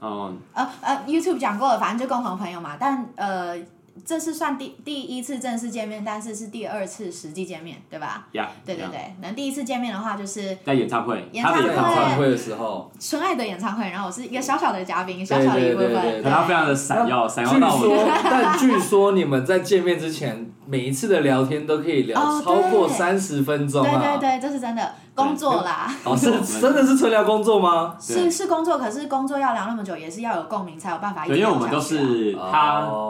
B: 嗯，
A: 呃呃，YouTube 讲过了，反正就共同朋友嘛。但呃，这是算第第一次正式见面，但是是第二次实际见面，对吧？
B: 呀，
A: 对对
B: yeah，
A: 对，那第一次见面的话就是
B: 在演唱会，
A: 演
B: 他的
A: 对
C: 在
B: 演唱
C: 演唱
B: 会，
C: 会的时候，
A: 纯爱的演唱会，然后我是一个小小的嘉宾，小小的一部
C: 对对对
A: 分。
B: 可他非常的闪耀，闪
C: 据
B: 耀到我。
C: 说，但据说你们在见面之前，每一次的聊天都可以聊
A: 哦
C: 超过
A: 对
C: 三十分钟
A: 对对
C: 啊！
A: 对，这是真的，工作啦，
C: 哦，是真的是纯聊工作吗？
A: 是是工作，可是工作要聊那么久，也是要有共鸣才有办法一
B: 对，
A: 直
B: 因为
A: 聊
B: 我
A: 下去啊。
B: 们都是
C: 哦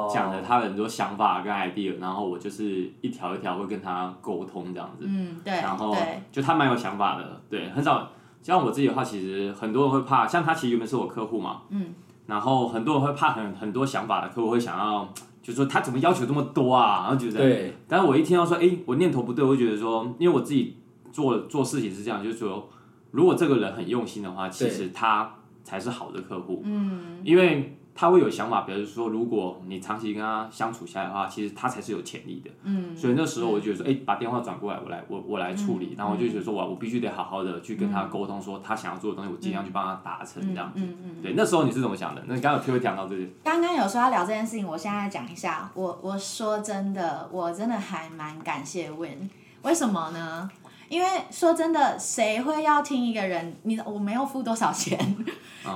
B: 他讲的，他的很多想法跟 idea，然后我就是一条一条会跟他沟通这样子。
A: 嗯，对
B: 然后
A: 对，
B: 就他蛮有想法的，对，很少。像我自己的话，其实很多人会怕，像他其实原本是我客户嘛，
A: 嗯，
B: 然后很多人会怕很很多想法的客户会想要，就说他怎么要求这么多啊，然后觉得，
C: 对，
B: 但是我一听到说，哎，我念头不对，我会觉得说，因为我自己做做事情是这样，就是说，如果这个人很用心的话，其
C: 对
B: 实他才是好的客户，
A: 嗯
B: 因为他会有想法，表示说，如果你长期跟他相处下来的话，其实他才是有潜力的。嗯，所以那时候我就觉得说，哎、把电话转过来，我来，我我来处
A: 嗯
B: 理。然后我就觉得说，我我必须得好好的去跟他沟通，说他想要做的东西，我尽量去帮他达成这
A: 嗯
B: 样子。对，那时候你是怎么想的？那你刚刚有特别讲到这 个，
A: 刚刚有说要聊这件事情，我现在讲一下。我我说真的，我真的还蛮感谢 Win，为什么呢？因为说真的，谁会要听一个人？你我没有付多少钱，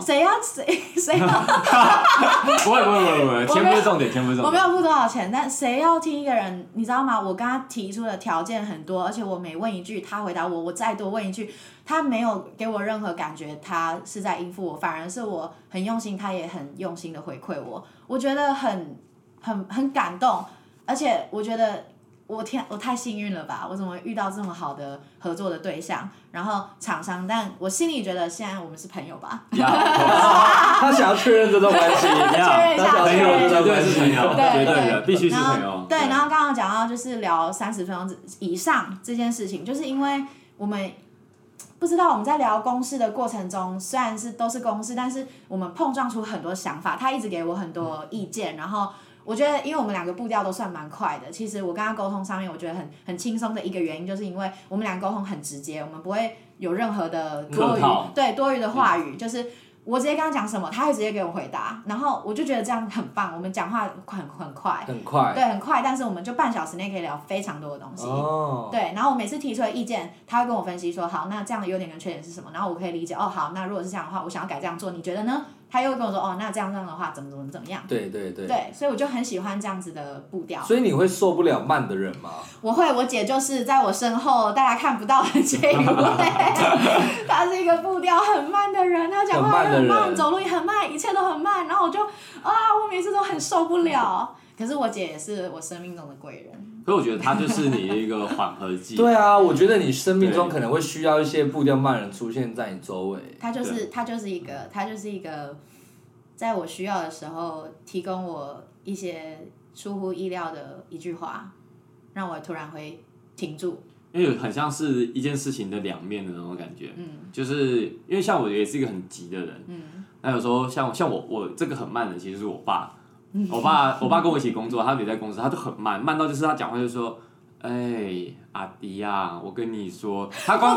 A: 谁要谁谁要
B: 不会不会不会不会，钱不是重点，钱不是重
A: 我没
B: 点。
A: 有付多少钱，但谁要听一个人，你知道吗？我跟他提出的条件很多，而且我每问一句，他回答我，我再多问一句，他没有给我任何感觉，他是在应付我，反而是我很用心，他也很用心的回馈我，我觉得很很很感动，而且我觉得。我天，我太幸运了吧！我怎么遇到这么好的合作的对象，然后厂商？但我心里觉得现 在我们是朋友吧，
B: 呀
C: 他想要确认这段关系，
B: 确认
A: 一下
C: 他
B: 朋
C: 想
B: 友
C: 要
B: 绝对
C: 确认这段关
B: 是
C: 系，
B: 朋友，绝
A: 对
B: 对的，
A: 对
B: 必须是
A: 然后
B: 朋友。
A: 对，然后刚刚讲到就是聊三十分钟之以上这件事情，就是因为我们不知道我们在聊公式的过程中，虽然是都是公式，但是我们碰撞出很多想法。他一直给我很多意见，然后。我觉得，因为我们两个步调都算蛮快的，其实我跟他沟通上面，我觉得很很轻松的一个原因，就是因为我们俩沟通很直接，我们不会有任何的多
B: 客
A: 余
B: 套嗯
A: 对多余的话语，就是我直接跟他讲什么，他会直接给我回答，然后我就觉得这样很棒，我们讲话很很快，
C: 很快
A: 对，很快，但是我们就半小时内可以聊非常多的东西。
C: 哦。
A: 对，然后我每次提出的意见，他会跟我分析说，好，那这样的优点跟缺点是什么？然后我可以理解，哦，好，那如果是这样的话，我想要改这样做，你觉得呢？他又会跟我说，哦，那这样这样的话，怎么怎么怎么样？
C: 对对对，
A: 对，所以我就很喜欢这样子的步调。
C: 所以你会受不了慢的人吗？
A: 我会，我姐就是在我身后，大家看不到的这一 位，她是一个步调很慢的人，她讲话也
C: 很
A: 很
C: 慢的
A: 慢，
C: 人
A: 走路也很慢，一切都很慢。然后我就啊，我每次都很受不了。可是我姐也是我生命中的贵人。
B: 可是我觉得他就是你一个缓 和剂。
C: 对啊，我觉得你生命中
B: 对
C: 可能会需要一些步调慢的人出现在你周围。
A: 他就是他就是一个他就是一个，在我需要的时候提供我一些出乎意料的一句话，让我突然会停住。
B: 因为很像是一件事情的两面的那种感觉，嗯，就是因为像我也是一个很急的人，嗯，那有时候像我像我我这个很慢的，其实是我爸，
A: 嗯
B: 我爸我爸跟我一起工作，他也在公司，他就很慢，慢到就是他讲话就说，哎、阿迪呀、我跟你说，他光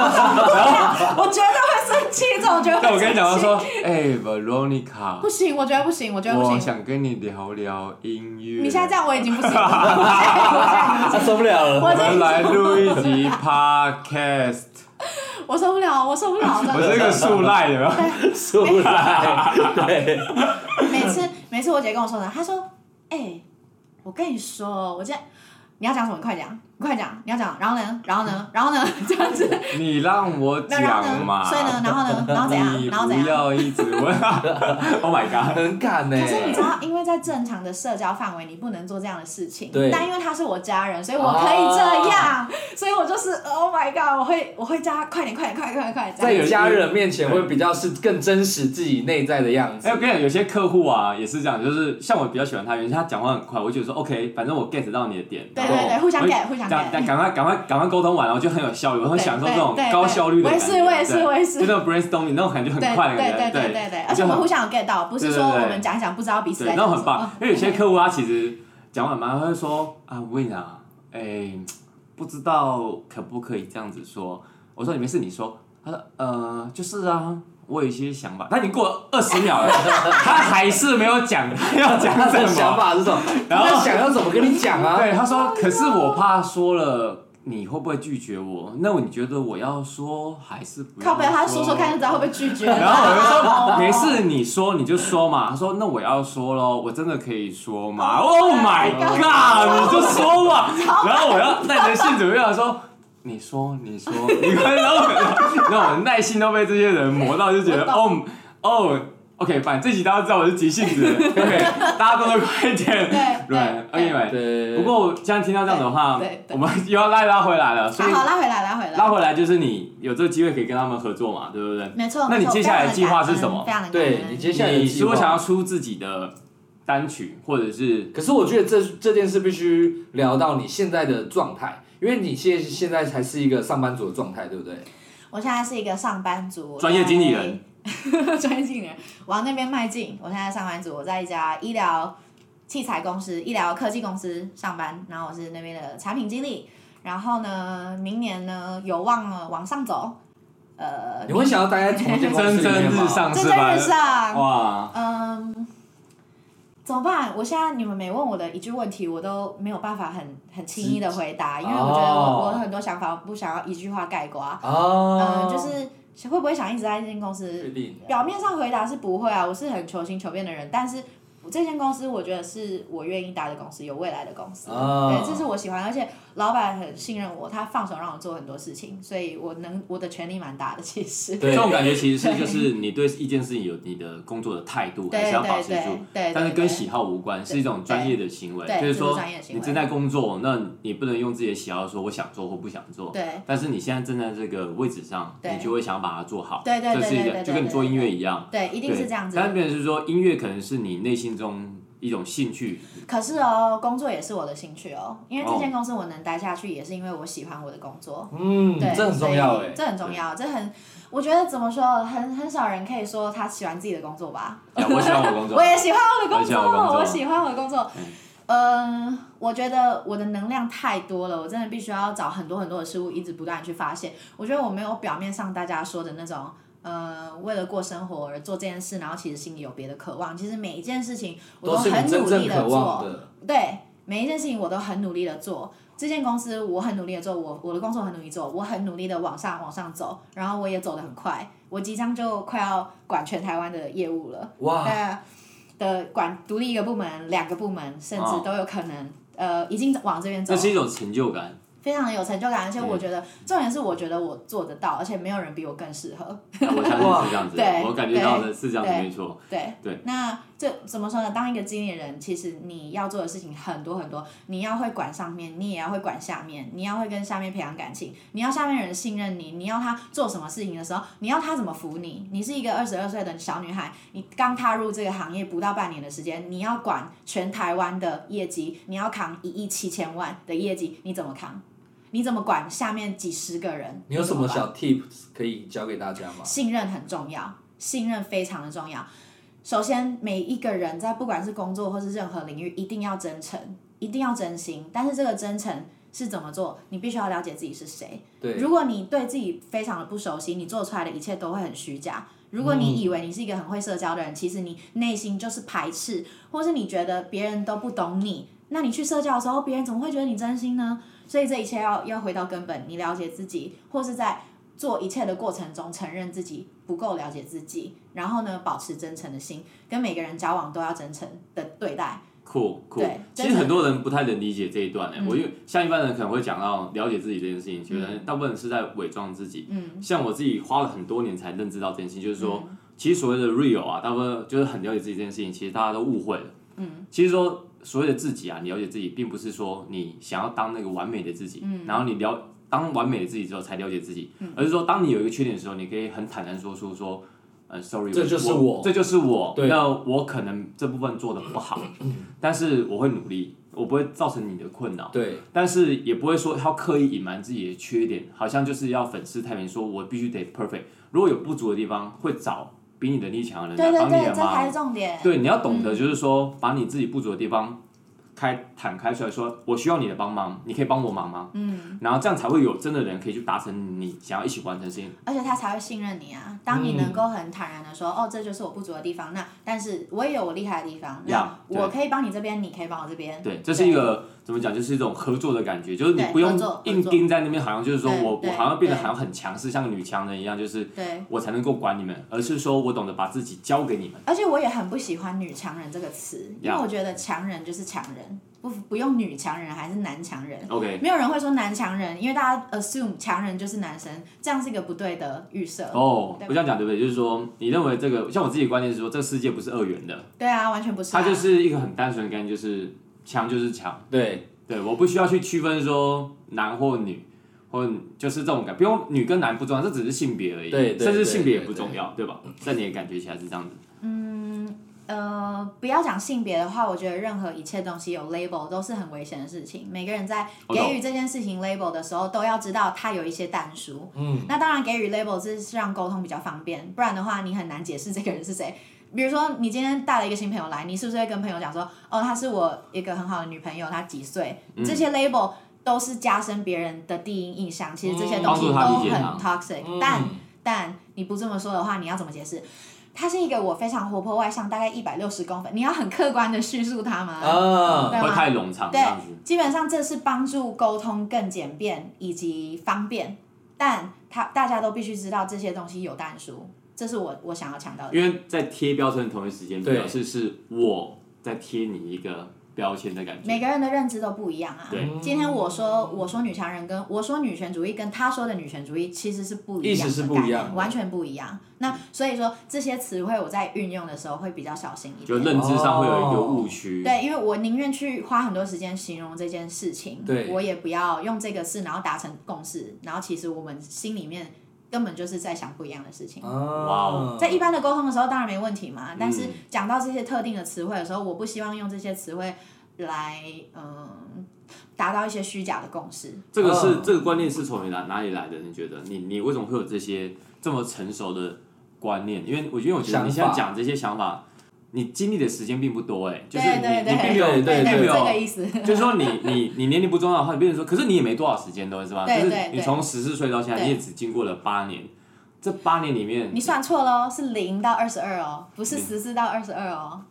A: 我绝对会生气，这种绝
B: 对
A: 对
B: 我
A: 会
B: 跟你讲，他
A: 生气。
B: 说，哎、v e r o n i c a
A: 不行，我觉得不行，我觉得不
B: 我
A: 行。
B: 想跟你聊聊音乐，
A: 你现在这样我已经不行了， 我
C: 他啊受不了了，
A: 我
B: 我们来录一 集 podcast，
A: 我受不了，我受不了。
B: 我是个树赖 的。
C: 受不了。对，
A: 每次每次我姐跟我说的，她说：“哎、我跟你说，我今天你要讲什么，你快讲，你快讲，你要讲。然后呢，然后呢，然后呢， 这样子。
B: 你让我
A: 那然后
B: 讲
A: 呢？
B: 嘛。
A: 所以呢？然后呢？然后怎样？
B: 你
A: 然后怎
B: 不
A: 样？
B: 要一直问。oh my god！
C: 很敢欸呢、
A: 可是你知道，因为在正常的社交范围，你不能做这样的事情。
C: 对
A: 但因为他是我家人，所以我可以这样，所以我就是 Oh my God！我会我会叫他快点快点快点快点快点。这
C: 在
A: 样
C: 有家人面前会比较是更真实自己内在的样子
B: 哎，我。跟你讲，有些客户啊也是这样，就是像我比较喜欢他，因为他讲话很快，我就觉得说 OK，反正我 get 到你的点。
A: 对
B: 然后
A: 对对互相
B: 我
A: get，互相
B: 赶
A: get
B: 赶赶快赶快赶快沟通完了，我就很有效率，我很享受这种
A: 对对对
B: 高效率的
A: 我也
B: 感
A: 是
B: 觉。啊
A: 我也是
B: 对
A: 我也是
B: 就那种 brainstorming 那种感觉很
A: 对
B: 快的
A: 对
B: 感觉。
A: 对对对对，而且我们互相有 get 到，不是说我们讲一讲不知道彼此在
B: 对，
A: 讲
B: 那
A: 什么。
B: 种很棒。因为有些客户他其实讲完嘛，他会说啊，我跟你讲啊，哎、不知道可不可以这样子说？我说你没事，你说。他说呃，就是啊，我有一些想法。他已经过了二十秒了， 他还是没有讲要讲
C: 他
B: 什
C: 的想
B: 么。
C: 法是什么？
B: 然后
C: 他想要怎么跟你讲啊？
B: 对，他说，可是我怕说了。你会不会拒绝我？那你觉得我要说还是不要
A: 靠背，他说说看就知道会不会拒绝。然
B: 嗯 然后我 就说 没事，你说你就说嘛。他说那我要说咯，我真的可以 说嘛。Oh my god，你就说嘛。然后我要耐着性子跟他说，你说你说，你看，然后我然后我的耐心都被这些人磨到，就觉得
A: 我
B: 哦哦。OK，反正这集大家都知道我是急性子的 ，OK，大家动作快一点，
A: 对 对对
B: ，Anyway，
C: 对。
B: 不过现在听到这样的话
A: 对对，对
B: 我们又要拉拉回来了，所以
A: 好好拉回来拉回
B: 拉
A: 来，
B: 回来就是你有这个机会可以跟他们合作嘛，对不对？
A: 没错。
B: 那你
A: 没错
B: 接下来的计划
A: 非
B: 是
A: 常
B: 什么
A: 非常的感恩
C: 对你接下来的
B: 你
C: 计
B: 如果
C: 划
B: 想要出自己的单曲，或者是
C: 可是我觉得这这件事必须聊到你现在的状态，因为你现现在才是一个上班族的状态，对不对？
A: 我现在是一个上班族，
B: 专业经理人，
A: 专业经理人往那边迈进。我现在上班族，我在一家医疗器材公司、医疗科技公司上班，然后我是那边的产品经理。然后呢，明年呢有望了往上走，呃，
C: 你会想要待在同一间公司
B: 蒸
C: 里
B: 蒸
C: 面吗
B: 日？ 上
A: 蒸
B: 是
A: 蒸
B: 吧
A: 日？上，
B: 哇，
A: 嗯，怎么办？我现在你们每问我的一句问题，我都没有办法很很轻易的回答，因为我觉得我
C: 哦
A: 我很多想法我不想要一句话概括。
C: 哦
A: 嗯，，就是会不会想一直在这间公
C: 确
A: 司？
B: 哦
C: 定
A: 表面上回答是不会啊，我是很求新求变的人，但是我这间公司我觉得是我愿意待的公司，有未来的公司。
C: 哦
A: 对，这是我喜欢，而且老板很信任我，他放手让我做很多事情，所以我能我的权力蛮大的，其实。
C: 对
B: 这种感觉其实是就是你对一件事情有你的工作的态度，还
A: 对
B: 是要保
A: 对
B: 持
A: 对
B: 住。
A: 对，
B: 但是
A: 对
B: 跟
A: 对
B: 喜好无关，是一种专业的行为。
A: 对
B: 就是
A: 这是
B: 说
A: 专业行为
B: 你正在工作，那你不能用自己的喜好说我想做或不想做。
A: 对
B: 但是你现在正在这个位置上，
A: 对
B: 你就会想把它做好。
A: 对对对
B: 这是一
A: 对
B: 个
A: 对
B: 就跟你做音乐一样，
A: 对，一
B: 一
A: 定是这样子的。
B: 但变成是说，音乐可能是你内心中一种 兴趣，
A: 可是哦，工作也是我的兴趣哦，因为这间公司我能待下去，也是因为我喜欢我的工作。
C: 嗯，
A: 对，
C: 这很重要
A: 所以
C: 哎。
A: 这很重要，这很，我觉得怎么说，很很少人可以说他喜欢自己的工作吧。
B: 哎我喜欢我的工作
A: 我。也喜欢我的工
B: 我也喜欢我的工
A: 作，
B: 作
A: 我喜欢我的工作
B: 嗯。
A: 嗯，我觉得我的能量太多了，我真的必须要找很多很多的事物，一直不断地去发现。我觉得我没有表面上大家说的那种，呃，为了过生活而做这件事，然后其实心里有别的渴望。其实每一件事情我
C: 都是
A: 很
C: 你真
A: 努
C: 正
A: 力
C: 渴
A: 的
C: 望
A: 做，
C: 的，
A: 对每一件事情我都很努力的做。这间公司我很努力的做，我我的工作很努力做，我很努力的往上往上走，然后我也走得很快，我即将就快要管全台湾的业务了。
C: 哇，
A: 那的管独立一个部门、两个部门，甚至
B: 哦
A: 都有可能，呃，已经往这边走
B: 这，是一种成就感，
A: 非常的有成就感。而且
B: 嗯
A: 我觉得，重点是我觉得我做得到，而且没有人比我更适合。
B: 哎我相信是这样子
A: 对，
B: 我感觉到的是这样子，没错。
A: 对
B: 对，
A: 那这怎么说呢？当一个经理人，其实你要做的事情很多很多，你要会管上面，你也要会管下面，你要会跟下面培养感情，你要下面人信任你，你要他做什么事情的时候，你要他怎么服你。你是一个二十二岁的小女孩，你刚踏入这个行业不到半年的时间，你要管全台湾的业绩，你要扛一亿七千万的业绩，你怎么扛？你怎么管下面几十个人？
C: 你有什
A: 怎么
C: 么
A: 办
C: 小 tips 可以教给大家吗？
A: 信任很重要，信任非常的重要。首先，每一个人在不管是工作或是任何领域，一定要真诚，一定要真心。但是这个真诚是怎么做？你必须要了解自己是谁。
C: 对，
A: 如果你对自己非常的不熟悉，你做出来的一切都会很虚假。如果你以为你是一个很会社交的人，其实你内心就是排斥，或是你觉得别人都不懂你，那你去社交的时候，别人怎么会觉得你真心呢？所以这一切要要回到根本，你了解自己，或是在做一切的过程中承认自己不够了解自己，然后呢，保持真诚的心，跟每个人交往都要真诚的对待。
B: 酷酷
A: 对，
B: 其
A: 真
B: 实
A: 的
B: 很多人不太能理解这一段哎、
A: 嗯
B: 我因为像一般人可能会讲到了解自己这件事情，觉得哎大部分人是在伪装自己。
A: 嗯，
B: 像我自己花了很多年才认知到这件事情，就是说，
A: 嗯
B: 其实所谓的 real 啊，大部分就是很了解自己这件事情，其实大家都误会了。嗯，其实说所谓的自己啊，你了解自己，并不是说你想要当那个完美的自己，
A: 嗯
B: 然后你了当完美的自己之后才了解自己，而是说当你有一个缺点的时候，你可以很坦然说出说。呃，sorry，
C: 这就是
B: 我
C: 我
B: 这就是我。
C: 对
B: 那我可能这部分做的不好，但是我会努力，我不会造成你的困扰。
C: 对，
B: 但是也不会说要刻意隐瞒自己的缺点，好像就是要粉饰太平，说我必须得 perfect。如果有不足的地方，会找比你能力强的人
A: 对
B: 来
A: 对
B: 帮你
A: 对，嗯
B: 的
A: 这才
B: 忙
A: 是。重点。
B: 对，你要懂得就是说，把你自己不足的地方开坦开出来说，我需要你的帮忙，你可以帮我忙吗？嗯，然后这样才会有真的人可以去达成你想要一起完成的事情。
A: 而且他才会信任你啊。当你
B: 嗯
A: 能够很坦然的说，哦，这就是我不足的地方，那但是我也有我厉害的地方，那
B: Yeah，
A: 我可以帮你这边，你可以帮我这边。
B: 对，这是一个怎么讲，就是一种合作的感觉，就是你
A: 对
B: 不用
A: 合作
B: 硬
A: 合作
B: 盯在那边，好像就是说
A: 对
B: 我我
A: 对
B: 好像变得
A: 对
B: 好像很强势，像个女强人一样，就是
A: 对。
B: 我才能够管你们，而是说我懂得把自己交给你们。
A: 而且我也很不喜欢“女强人”这个词，因为
B: Yeah
A: 我觉得强人就是强人，不不用女强人还是男强人。
B: OK，
A: 没有人会说男强人，因为大家 assume 强人就是男生，这样是一个不对的预设。
B: 哦，
A: 对
B: 我这样讲对不对？就是说，你认为这个，像我自己的观念是说，这个世界不是二元的，
A: 对啊，完全不是、啊。
B: 它就是一个很单纯的概念，就是强就是强，
C: 对，
B: 对，我不需要去区分说男或女，或就是这种感，不用女跟男不重要，这只是性别而已，
C: 对对
B: 甚至
C: 对
B: 性别也
C: 对
B: 不重要，对吧？在你的感觉起来是这样子，
A: 呃，不要讲性别的话，我觉得任何一切东西有 label 都是很危险的事情。每个人在
B: 我哦懂
A: 给予这件事情 label 的时候，都要知道它有一些淡疏。
C: 嗯，
A: 那当然给予 label 是是让沟通比较方便，不然的话你很难解释这个人是谁。比如说，你今天带了一个新朋友来，你是不是会跟朋友讲说，哦，她是我一个很好的女朋友，她几岁？
B: 嗯
A: 这些 label 都是加深别人的第一印象，其实这些
C: 嗯
A: 东西
B: 帮助
A: 都
B: 他理解
A: 很
B: 他
A: toxic，、
C: 嗯
A: 但但你不这么说的话，你要怎么解释？他是一个我非常活泼外向，大概一百六十公分，你要很客观的叙述他吗？
C: 啊，
A: 对
B: 会
A: 吗
B: 太冗长这
A: 对
B: 样子。
A: 基本上这是帮助沟通更简便以及方便，但他大家都必须知道这些东西有淡书，这是我我想要强调的。
B: 因为在贴标签的同一时间，
C: 对
B: 表示是我在贴你一个标签的感
A: 每
B: 觉。
A: 个人的认知都不一样啊。
B: 对
A: 今天我说我说女强人跟我说女权主义跟他说的女权主义其实是不一样的概念，
C: 意思是不一样的
A: 完全不一样。那所以说这些词汇我在运用的时候会比较小心一
B: 就
A: 点。
B: 认知上会有一个误区。
A: 对，因为我宁愿去花很多时间形容这件事情，
C: 对
A: 我也不要用这个事，然后达成共识，然后其实我们心里面根本就是在想不一样的事情。
C: 啊哇
B: 哦
A: 在一般的沟通的时候，当然没问题嘛。但是
B: 嗯
A: 讲到这些特定的词汇的时候，我不希望用这些词汇来，嗯，达到一些虚假的共识。
B: 这个是、
C: 嗯
B: 这个观念是从哪哪里来的？你觉得你你为什么会有这些这么成熟的观念？因为我因为我觉得你现在
C: 想法
B: 讲这些想法，你经历的时间并不多哎、就是
A: 对
B: 你
A: 对
B: 你并
A: 对
B: 没有
C: 对对
B: 你并没
A: 对，这个
B: 有。
A: 意思。
B: 就是说你你你年龄不重要的话，你变成说，可是你也没多少时间都是吧？
A: 对
B: 就是
A: 对
B: 你
A: 对
B: 从十四岁到现在，
A: 对
B: 你也只经过了八年，这八年里面，
A: 你算错喽，是零到二十二哦，不是
B: 零
A: 十四到二十二哦。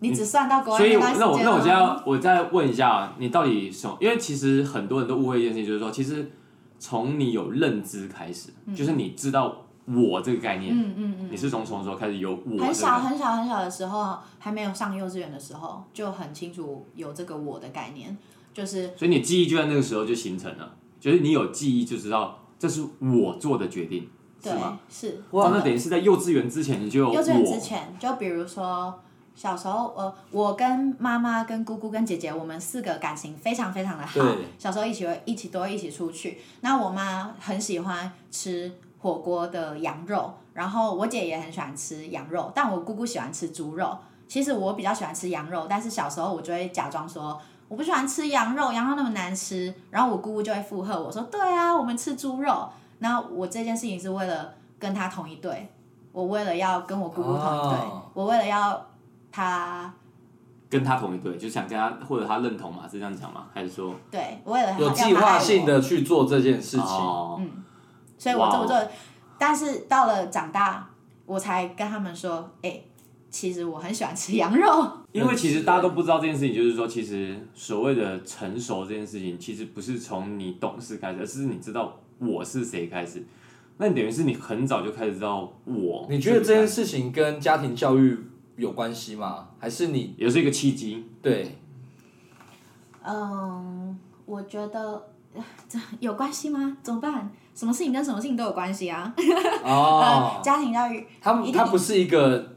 A: 你
B: 你
A: 只算到国外
B: 所以我
A: 段时
B: 那我
A: 间
B: 那我
A: 哦
B: 现在我再问一下，你到底什么？因为其实很多人都误会一件事情，就是说，其实从你有认知开始，就是你知道“我”这个概念，
A: 嗯嗯嗯。
B: 你是从什么时候开始有“
A: 很
B: 我”这个概
A: 小
B: 念？
A: 很小很小的时候，还没有上幼稚园的时候，就很清楚有这个我的概念，就是
B: 所以你记忆就在那个时候就形成了，就是你有记忆就知道这是我做的决定，
A: 对
B: 是吗？
A: 是
B: 哇，
A: 真的
B: 那等于是在幼稚园之前你就有
A: 幼稚园之
B: 我，
A: 前，就比如说小时候，呃，我跟妈妈、跟姑姑、跟姐姐，我们四个感情非常非常的好
C: 对。
A: 小时候一起会一起都会一起出去。那我妈很喜欢吃火锅的羊肉，然后我姐也很喜欢吃羊肉，但我姑姑喜欢吃猪肉。其实我比较喜欢吃羊肉，但是小时候我就会假装说。我不喜欢吃羊肉，羊肉那么难吃。然后我姑姑就会附和我说：“对啊，我们吃猪肉。”那我这件事情是为了跟她同一队，我为了要跟我姑姑同一队，
C: 哦
A: 我为了要她
B: 跟他同一队，就想跟他或者他认同嘛，是这样讲吗？还是说
A: 对，我为了她
C: 有
A: 要她
C: 计划
A: 爱
C: 性
A: 我
C: 的去做这件事情，
B: 哦，
A: 所以我这么
B: 哇
A: 做。但是到了长大，我才跟他们说，哎、其实我很喜欢吃羊肉。
B: 因为其实大家都不知道这件事情，就是说，其实所谓的成熟这件事情，其实不是从你懂事开始，而是你知道我是谁开始。那你等于是你很早就开始知道我。
C: 你觉得这件事情跟家庭教育有关系吗？还是你
B: 也是一个契机？
C: 对
A: 嗯，我觉得呃这有关系吗？怎么办？什么事情跟什么事情都有关系啊。
C: 哦
A: 呃，，家庭教育，
C: 他
A: 一定
C: 他不是一个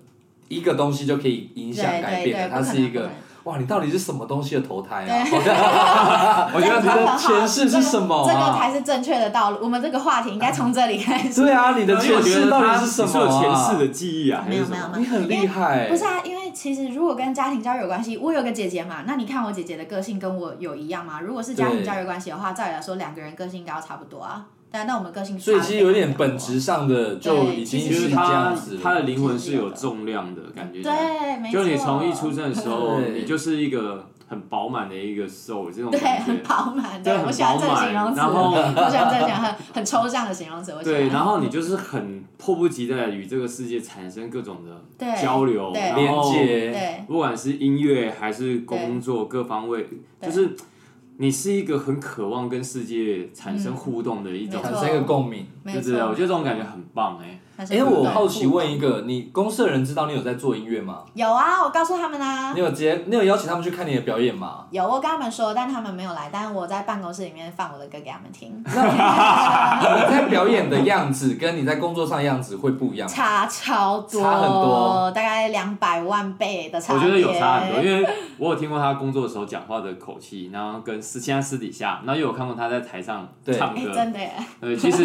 C: 一个东西就可以影
A: 对
C: 响改
A: 对
C: 变的，
A: 对，
C: 它
A: 不可
C: 是一
A: 能不
C: 个
A: 可能。
C: 哇，你到底是什么东西的投胎啊？
B: 我觉得
C: 他
B: 他
C: 的
A: 很好
C: 前世是什么啊
A: 这个这个才是正确的道路。我们这个话题应该从这里开始。
C: 对啊，你 的前世到底是什么、
B: 你有前
C: 啊？
B: 世的记忆啊？还
A: 没
B: 是
A: 有
B: 什
A: 没有没
B: 么？
A: 有，
C: 你很厉害、欸
A: 不是啊，因为其实如果跟家庭教育有关系，我有个姐姐嘛，那你看我姐姐的个性跟我有一样吗？如果是家庭教育关系的话，照理来说两个人个性应该要差不多啊。但那我们个性
C: 所以
A: 差
C: 其实
A: 得
C: 有点
A: 非常多
C: 本质上的就已
A: 对
B: 其
C: 经
A: 其
C: 是
B: 实
A: 实
C: 这样
B: 他
C: 子了。
B: 他的灵魂是有重量的感觉。
A: 对，没错。
B: 就你从一出生的时候，
C: 对
B: 你就是一个很饱满的一个 soul 这种
A: 对
B: 感
A: 很
B: 觉。
A: 饱满，
B: 对
A: 对
B: 很
A: 我喜欢这个
B: 饱满
A: 形容词，
B: 然后
A: 我喜欢这个形容很很抽象的形容词，我喜欢。
B: 对，然后你就是很迫不及待地与这个世界产生各种的
A: 对
B: 交流、
A: 对
B: 然
C: 连
B: 后
C: 接，
A: 对
B: 不管是音乐还是工作各方位，
A: 对
B: 就是你是一个很渴望跟世界产生互动的一
A: 嗯
B: 种
A: 没，错
C: 产生一个共鸣。
A: 没
B: 对不对？我
A: 错
B: 觉，得这种感觉很棒哎、
A: 但是
C: 哎、
A: 不
C: 我
A: 懂
C: 好奇问一个，你公司的人知道你有在做音乐吗？
A: 有啊，我告诉他们啊
C: 你。有直接，你有邀请他们去看你的表演吗？
A: 有，我跟他们说，但他们没有来。但我在办公室里面放我的歌给他们听，
C: 你在表演的样子跟你在工作上的样子会不一样吗。
A: 差超多，
C: 差很多
A: 大概两百万倍的差
B: 我
A: 别。
B: 觉得有差很多，因为我有听过他工作的时候讲话的口气，然后跟私现在私底下，然后又有看过他在台上
C: 对
B: 唱
A: 哎、
B: 歌，
A: 真的耶，
B: 对，其实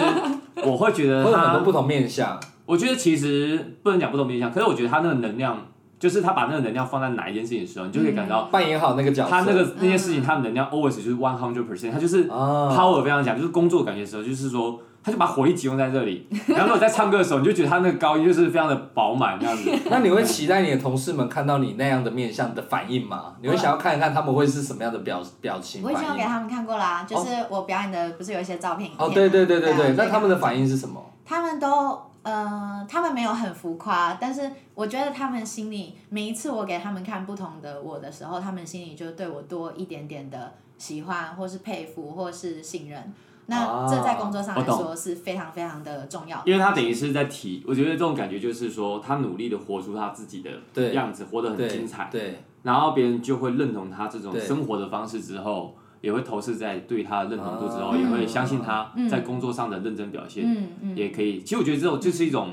B: 我会觉得
C: 会有很
B: 他
C: 多不同面相，
B: 我觉得其实不能讲不同面向，可是我觉得他那个能量就是他把那个能量放在哪一件事情的时候，你就可以感到
C: 扮演好那个角色，
B: 他那个那件事情，他的能量 always 就是 one hundred percent，他就是
C: 啊，
B: power 非常强，就是工作感觉的时候，就是说他就把火力集中在这里。然后如果在唱歌的时候，你就觉得他那个高音就是非常的饱满这样子。
C: 那你会期待你的同事们看到你那样的面相的反应吗？你会想要看一看他们会是什么样的表表情
A: 我
C: 反
A: 已经有给
C: 应？
A: 他们看过啦，就是我表演的不是有一些照片影片
C: 哦，对对对对
A: 对
C: 对
A: 啊，
C: 那他们的反应是什么？
A: 他们都呃，他们没有很浮夸，但是我觉得他们心里每一次我给他们看不同的我的时候，他们心里就对我多一点点的喜欢，或是佩服，或是信任。那
C: 啊
A: 这在工作上来
B: 我懂
A: 说是非常非常的重要。
B: 因为他等于是在体，我觉得这种感觉就是说，他努力的活出他自己的
C: 对
B: 样子，活得很
C: 对
B: 精彩，
C: 对，
B: 然后别人就会认同他这种
C: 对
B: 生活的方式之后，也会投射在对他的认同度之后，
C: 啊
B: 也会相信他
A: 嗯
B: 在工作上的认真表现，
A: 嗯嗯，
B: 也可以。其实我觉得这种就是一种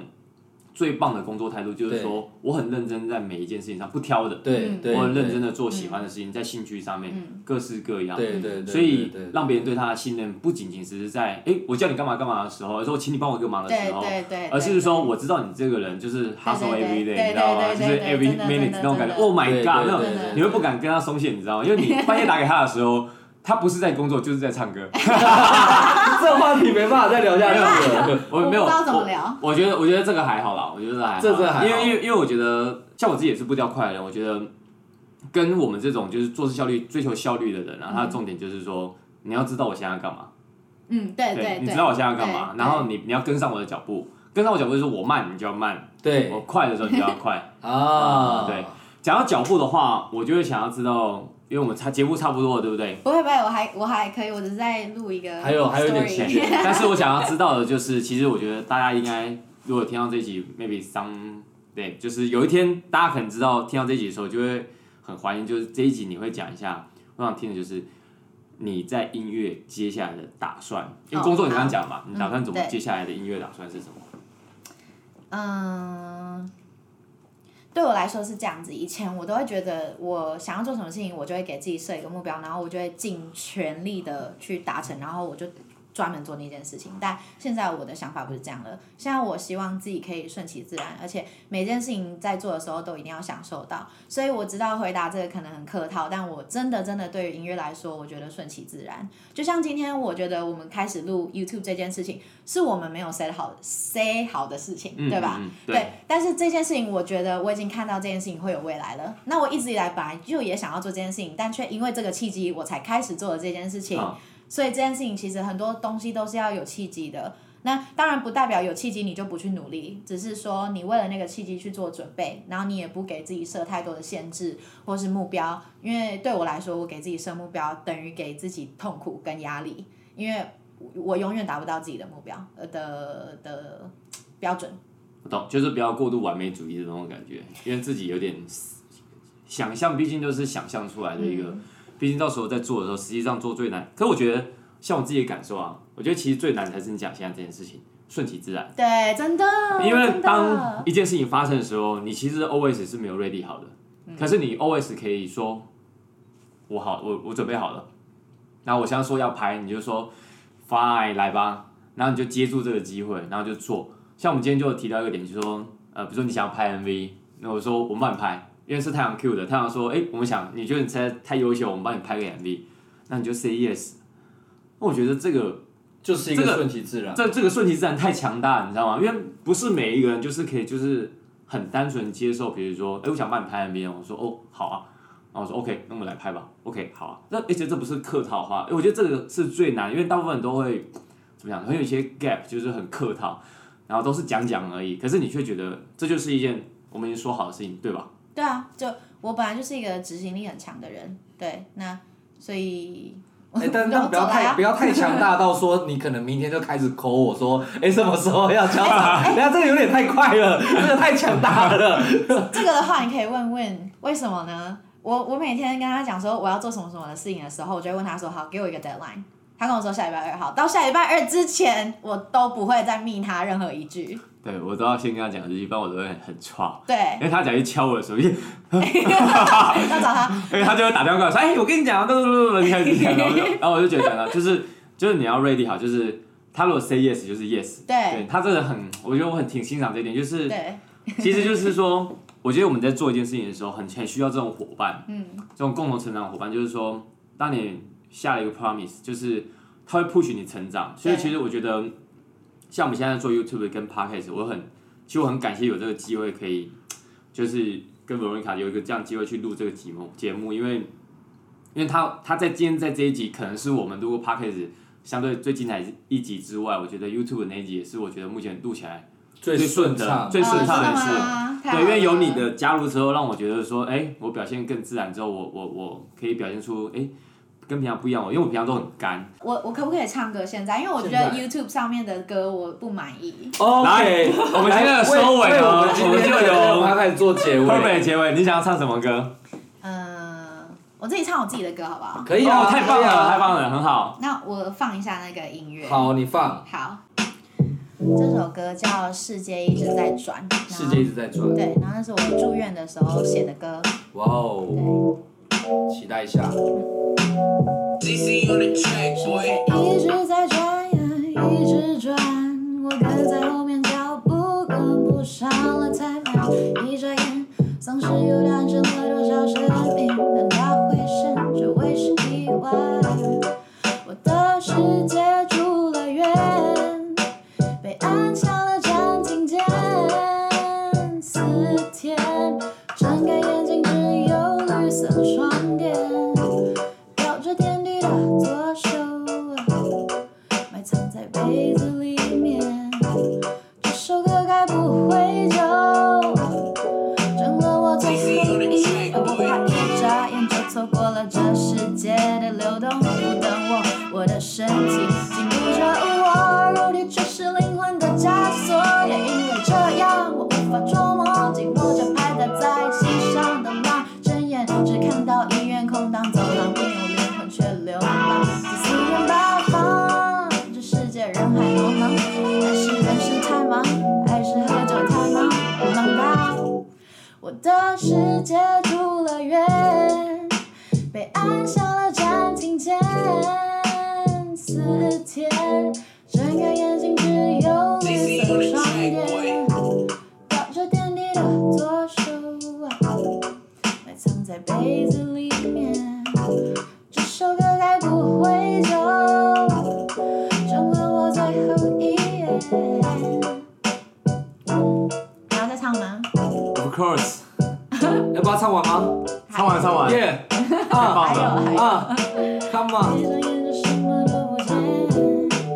B: 最棒的工作态度，就是说我很认真在每一件事情上不挑的，
C: 对
A: 嗯
C: 对，
B: 我很认真
C: 的，
B: 的做喜欢的事情，在兴趣上面、各式各样。
C: 对对
A: 嗯
C: 对，
B: 所以
C: 对对
B: 让别人对他的信任，不仅仅只是在哎、诶我叫你干嘛干嘛的时候，而是我请你帮我一个忙的
A: 对
B: 时候，
A: 对对，
B: 而
A: 对
B: 是说我知道你这个人就是 hustle
A: 对
B: every
A: 对
B: day，你知道吗？
A: 对对
B: 就
A: 对
B: 是
A: 对
B: every
A: 真的真
B: minute
A: 的
B: 那种感觉
A: 真的
B: ，Oh my
C: 对
B: god，那种
C: 对对对
B: 你会不敢跟他松懈，你知道吗？因为你半夜打给他的时候，他不是在工作就是在 唱歌。
C: 这话题没办法再聊下去了。
B: 我啊没有，
A: 我不知道怎么
B: 我
A: 聊
B: 我觉得，我觉得这个还好啦，我觉得这个还好，
C: 这真的还好
B: 因为因为因为我觉得，像我自己也是步调快的人，我觉得跟我们这种就是做事效率、追求效率的人啊，然后他的重点就是说，你要知道我现在要干嘛，
A: 嗯对对对，
B: 你知道我现在要干嘛，
A: 对
B: 然后你你要跟上我的脚步，跟上我脚步就是我慢你就要慢，
C: 对
B: 我快的时候你就要快。
C: 啊，
B: 对，讲到脚步的话，我就会想要知道，因为我们差节目差不多了，对不对？
A: 不会不会，我还我还可以，我只是在录一个
C: 还有还有一点
A: story
C: 时间
B: 但是我想要知道的就是，其实我觉得大家应该，如果听到这一集，maybe some 对，就是有一天大家可能知道听到这一集的时候，就会很怀念，就是这一集你会讲一下，我想听的就是你在音乐接下来的打算，因为工作你刚刚讲嘛，你打算怎么
A: 哦嗯对
B: 接下来的音乐打算是什么？
A: 嗯，对我来说是这样子。以前我都会觉得，我想要做什么事情，我就会给自己设一个目标，然后我就会尽全力的去达成，然后我就专门做那件事情。但现在我的想法不是这样了，现在我希望自己可以顺其自然，而且每件事情在做的时候都一定要享受到。所以我知道回答这个可能很客套，但我真的真的对于音乐来说，我觉得顺其自然。就像今天，我觉得我们开始录 YouTube 这件事情，是我们没有 say 好 say 好的事情，
B: 嗯，
A: 对吧？
B: 嗯？嗯
A: 对，但是这件事情，我觉得我已经看到这件事情会有未来了。那我一直以来本来就也想要做这件事情，但却因为这个契机，我才开始做了这件事情。
B: 啊
A: 所以这件事情其实很多东西都是要有契机的。那当然不代表有契机你就不去努力，只是说你为了那个契机去做准备，然后你也不给自己设太多的限制或是目标。因为对我来说，我给自己设目标等于给自己痛苦跟压力，因为我永远达不到自己的目标呃的的标准。
B: 我懂，就是不要过度完美主义的那种感觉，因为自己有点想象，毕竟都是想象出来的一个，毕竟到时候在做的时候，实际上做最难。可是我觉得，像我自己的感受啊，我觉得其实最难才是你讲现在这件事情，顺其自然。
A: 对，真的，
B: 因为
A: 真的
B: 当一件事情发生的时候，你其实 always 是没有 ready 好的，
A: 嗯
B: 可是你 always 可以说，我好，我我准备好了。然后我现在说要拍，你就说 fine 来吧，然后你就接住这个机会，然后就做。像我们今天就有提到一个点，就是说，呃，比如说你想要拍 MV，那我说我们帮你拍，因为是太阳 Q 的，太阳说，哎、我们想你觉得你才太优秀，我们帮你拍个 MV，那你就 say yes。那我觉得这个
C: 就是一个
B: 这个
C: 顺其自然。
B: 这这个顺其自然太强大了，你知道吗？因为不是每一个人就是可以就是很单纯接受，比如说，哎、我想帮你拍 MV，哦我说哦好啊，然后我说 OK，那我们来拍吧，OK 好啊。那而且这不是客套话，哎诶我觉得这个是最难，因为大部分人都会怎么讲，会有一些 gap，就是很客套，然后都是讲讲而已，可是你却觉得这就是一件我们已经说好的事情，对吧？
A: 对啊，就我本来就是一个执行力很强的人，对，那所以，
C: 哎、
A: 让
C: 但但
A: 我
C: 不
A: 走
C: 要
A: 来
C: 太
A: 啊
C: 不要太强大到说你可能明天就开始抠我说，哎、什么时候要 交档？等下这个有点太快了，这个太强大了。
A: 这个的话，你可以问问为什么呢？我我每天跟他讲说我要做什么什么的事情的时候，我就会问他说好，给我一个 deadline。他跟我说下礼拜二好，到下礼拜二之前，我都不会再密他任何一句。
B: 对，我都要先跟他讲这些，不然我都会很差。
A: 对
B: 因，为他讲一敲我的手机，啊
A: 要找 他，
B: 因为他就会打电话过来说：“哎、我跟你讲啊，不不不不，你开始讲了。”然后我就觉得讲了，就是就是你要 ready 好，就是他如果 say yes 就是 yes，
A: 对
B: 他真的很，我觉得我很挺欣赏这一点，就是
A: 对，
B: 其实就是说，我觉得我们在做一件事情的时候，很很需要这种伙伴，嗯，这种共同成长的伙伴，就是说，当你下了一个 promise，就是他会 push 你成长。所以
A: 对
B: 其实我觉得，像我们现在做 YouTube 跟 Podcast，我很，其实我很感谢有这个机会可以，就是跟 Veronica 有一个这样的机会去录这个节目节目，因为，因为他他在今天在这一集，可能是我们录过 Podcast 相对最精彩一集之外，我觉得 YouTube 那一集也是我觉得目前录起来。
C: 最
B: 最顺
C: 顺
B: 的
C: 畅，
B: 最顺畅
A: 哦的
B: 的是
A: 是
B: 对，因为有你的加入之后，让我觉得说，哎、我表现更自然之后，我我我可以表现出，哎、跟平常不一样哦，因为我平常都很干。
A: 我我可不可以唱歌现在？因为我觉得 YouTube 上面的歌我不满意。
B: 来
C: ，OK，
B: 我们今天的收尾
C: 为
B: 哦
C: 我们今天
B: 我们就由
C: 他开始做结
B: 完
C: 尾，
B: 美结尾，你想要唱什么歌？
A: 嗯，我自己唱我自己的歌好不好？
C: 可以啊，
B: 哦太棒
C: 可以啊
B: 了，太棒了，很好。
A: 那我放一下那个音乐。
C: 好，你放，
A: 好，这首歌叫《世界一直在转》，然后
C: 世界一直在转，
A: 对，然后那是我住院的时候写的歌。
C: 哇哦，期待一下。
D: DC on the track,
A: 世
D: boy.
A: 界一直在转呀，一直转，我跟在后面脚步跟不上了太慢，一眨眼丧尸又诞生了多少生命？难道回声就会是意外？我的世界住了院，被按下了暂停键，四天，睁开眼睛只有绿色的床垫。咬着天地的左手，啊埋藏在被子里面。这首歌该不会就成了我最后一首？我怕一眨眼就错过了这世界的流动，不等我，我的身体紧箍着我，肉体却是灵魂的枷锁。也因为这样，我无法捉摸，紧握着拍打在心上的浪，睁眼只看到医院空荡走廊，没有灵魂却流浪，四面八方，这世界人海茫茫，但是人生太忙，爱是喝酒太忙，忙到我的世界住了院。被按下了暂停键。四天，睁开眼睛只有绿色的床垫，抱着天地的左手，埋藏在被子里面。这首歌该不会就成了我最后一页？你要再唱吗？
B: Of course，
C: 要把它唱完吗？
B: 唱完唱完，
C: 耶！
B: 太
C: 啊
B: 棒了。
A: 还有
C: 啊，Come on！
A: 闭上眼就什么都不见。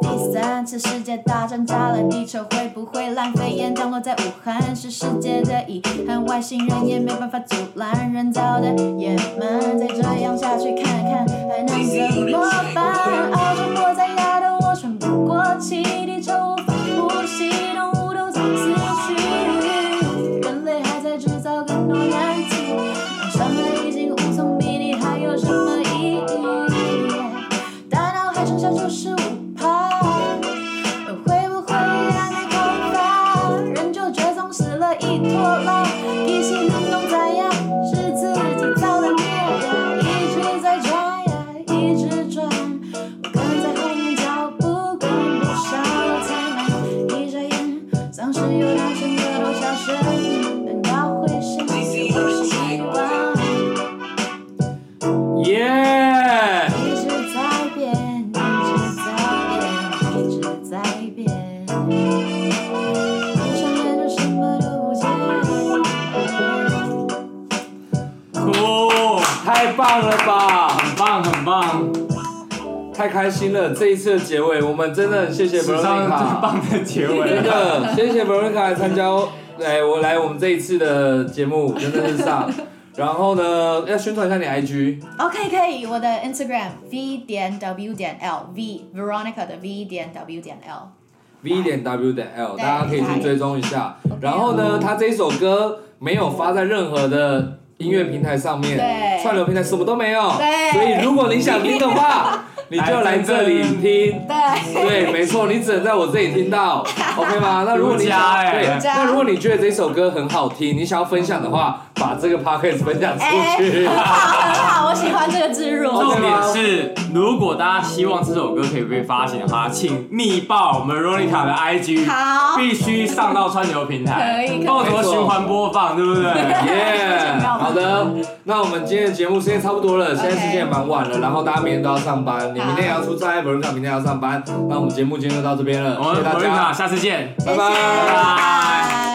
A: 第三次世界大战炸了地球，会不会烂？肺炎降落在武汉是世界的遗憾，外星人也没办法阻拦人造的野蛮。再这样下去，看看还能怎么办？熬着火灾压得我喘不过气，地球无法呼吸，动物都在死去，人类还在制造更多难题，让伤害已经无从比拟，还有什么意义？大脑还剩下九十五趴，会不会还没空乏？人就绝望死了一拖拉，一心能动在呀，是自己造的孽呀，一直在转呀，一直转，我跟在后面脚步跟不上了太慢，一眨眼，丧尸又诞生了多少生命？难道会是你我是遗忘？
C: 耶！
A: 一直在变，一直在变，一直在变。闭上眼就什么都不见。
C: 哎
B: 哦，
C: 太棒了吧！
B: 很棒很棒，
C: 太开心了！这一次的结尾，我们真的很谢谢
B: 史上最
C: Veronica，
B: 棒的结
C: 真
B: 尾。
C: 的谢谢 Veronica 来参加来我来我们这一次的节目，真的是上。然后呢，要宣传一下你 IG，
A: OK，可以，我的 Instagram v 点 w 点 l v Veronica 的 v 点 w 点 l。
C: V 点 W 点 L，
A: 对
C: 大家可以去追踪一下。然后呢，他这首歌没有发在任何的音乐平台上面，
A: 对
C: 串流平台什么都没有。
A: 对
C: 所以如果你想听的话，你就来这里听。
A: 对，
C: 对，没错，你只能在我这里听到，OK 吗？那如果你
B: 独
C: 想
B: 家欸
C: 对
B: 独，
A: 家
C: 那如果你觉得 这首歌很好听，你想要分享的话，把这个 podcast 分享出去。
A: 哎很好，很好，我喜欢这个植入。
B: 重点是，如果大家希望这首歌可以被发行的话，请密报我们 Ronica 的 IG，
A: 好
B: 必须上到串流平
A: 可以可
B: 台，
A: 以
B: 帮我怎么循环播放，对不对？
C: 耶、好的，那我们今天的节目时间差不多了，现在时间也蛮晚了，然后大家明天都要上班，你明天也要出差，文卡明天也要上班，那我们节目今天就到这边了，
B: 我们
C: 谢谢大
B: Ronica
C: 家，
B: 下次见。
A: 谢谢，
C: 拜拜
A: 拜拜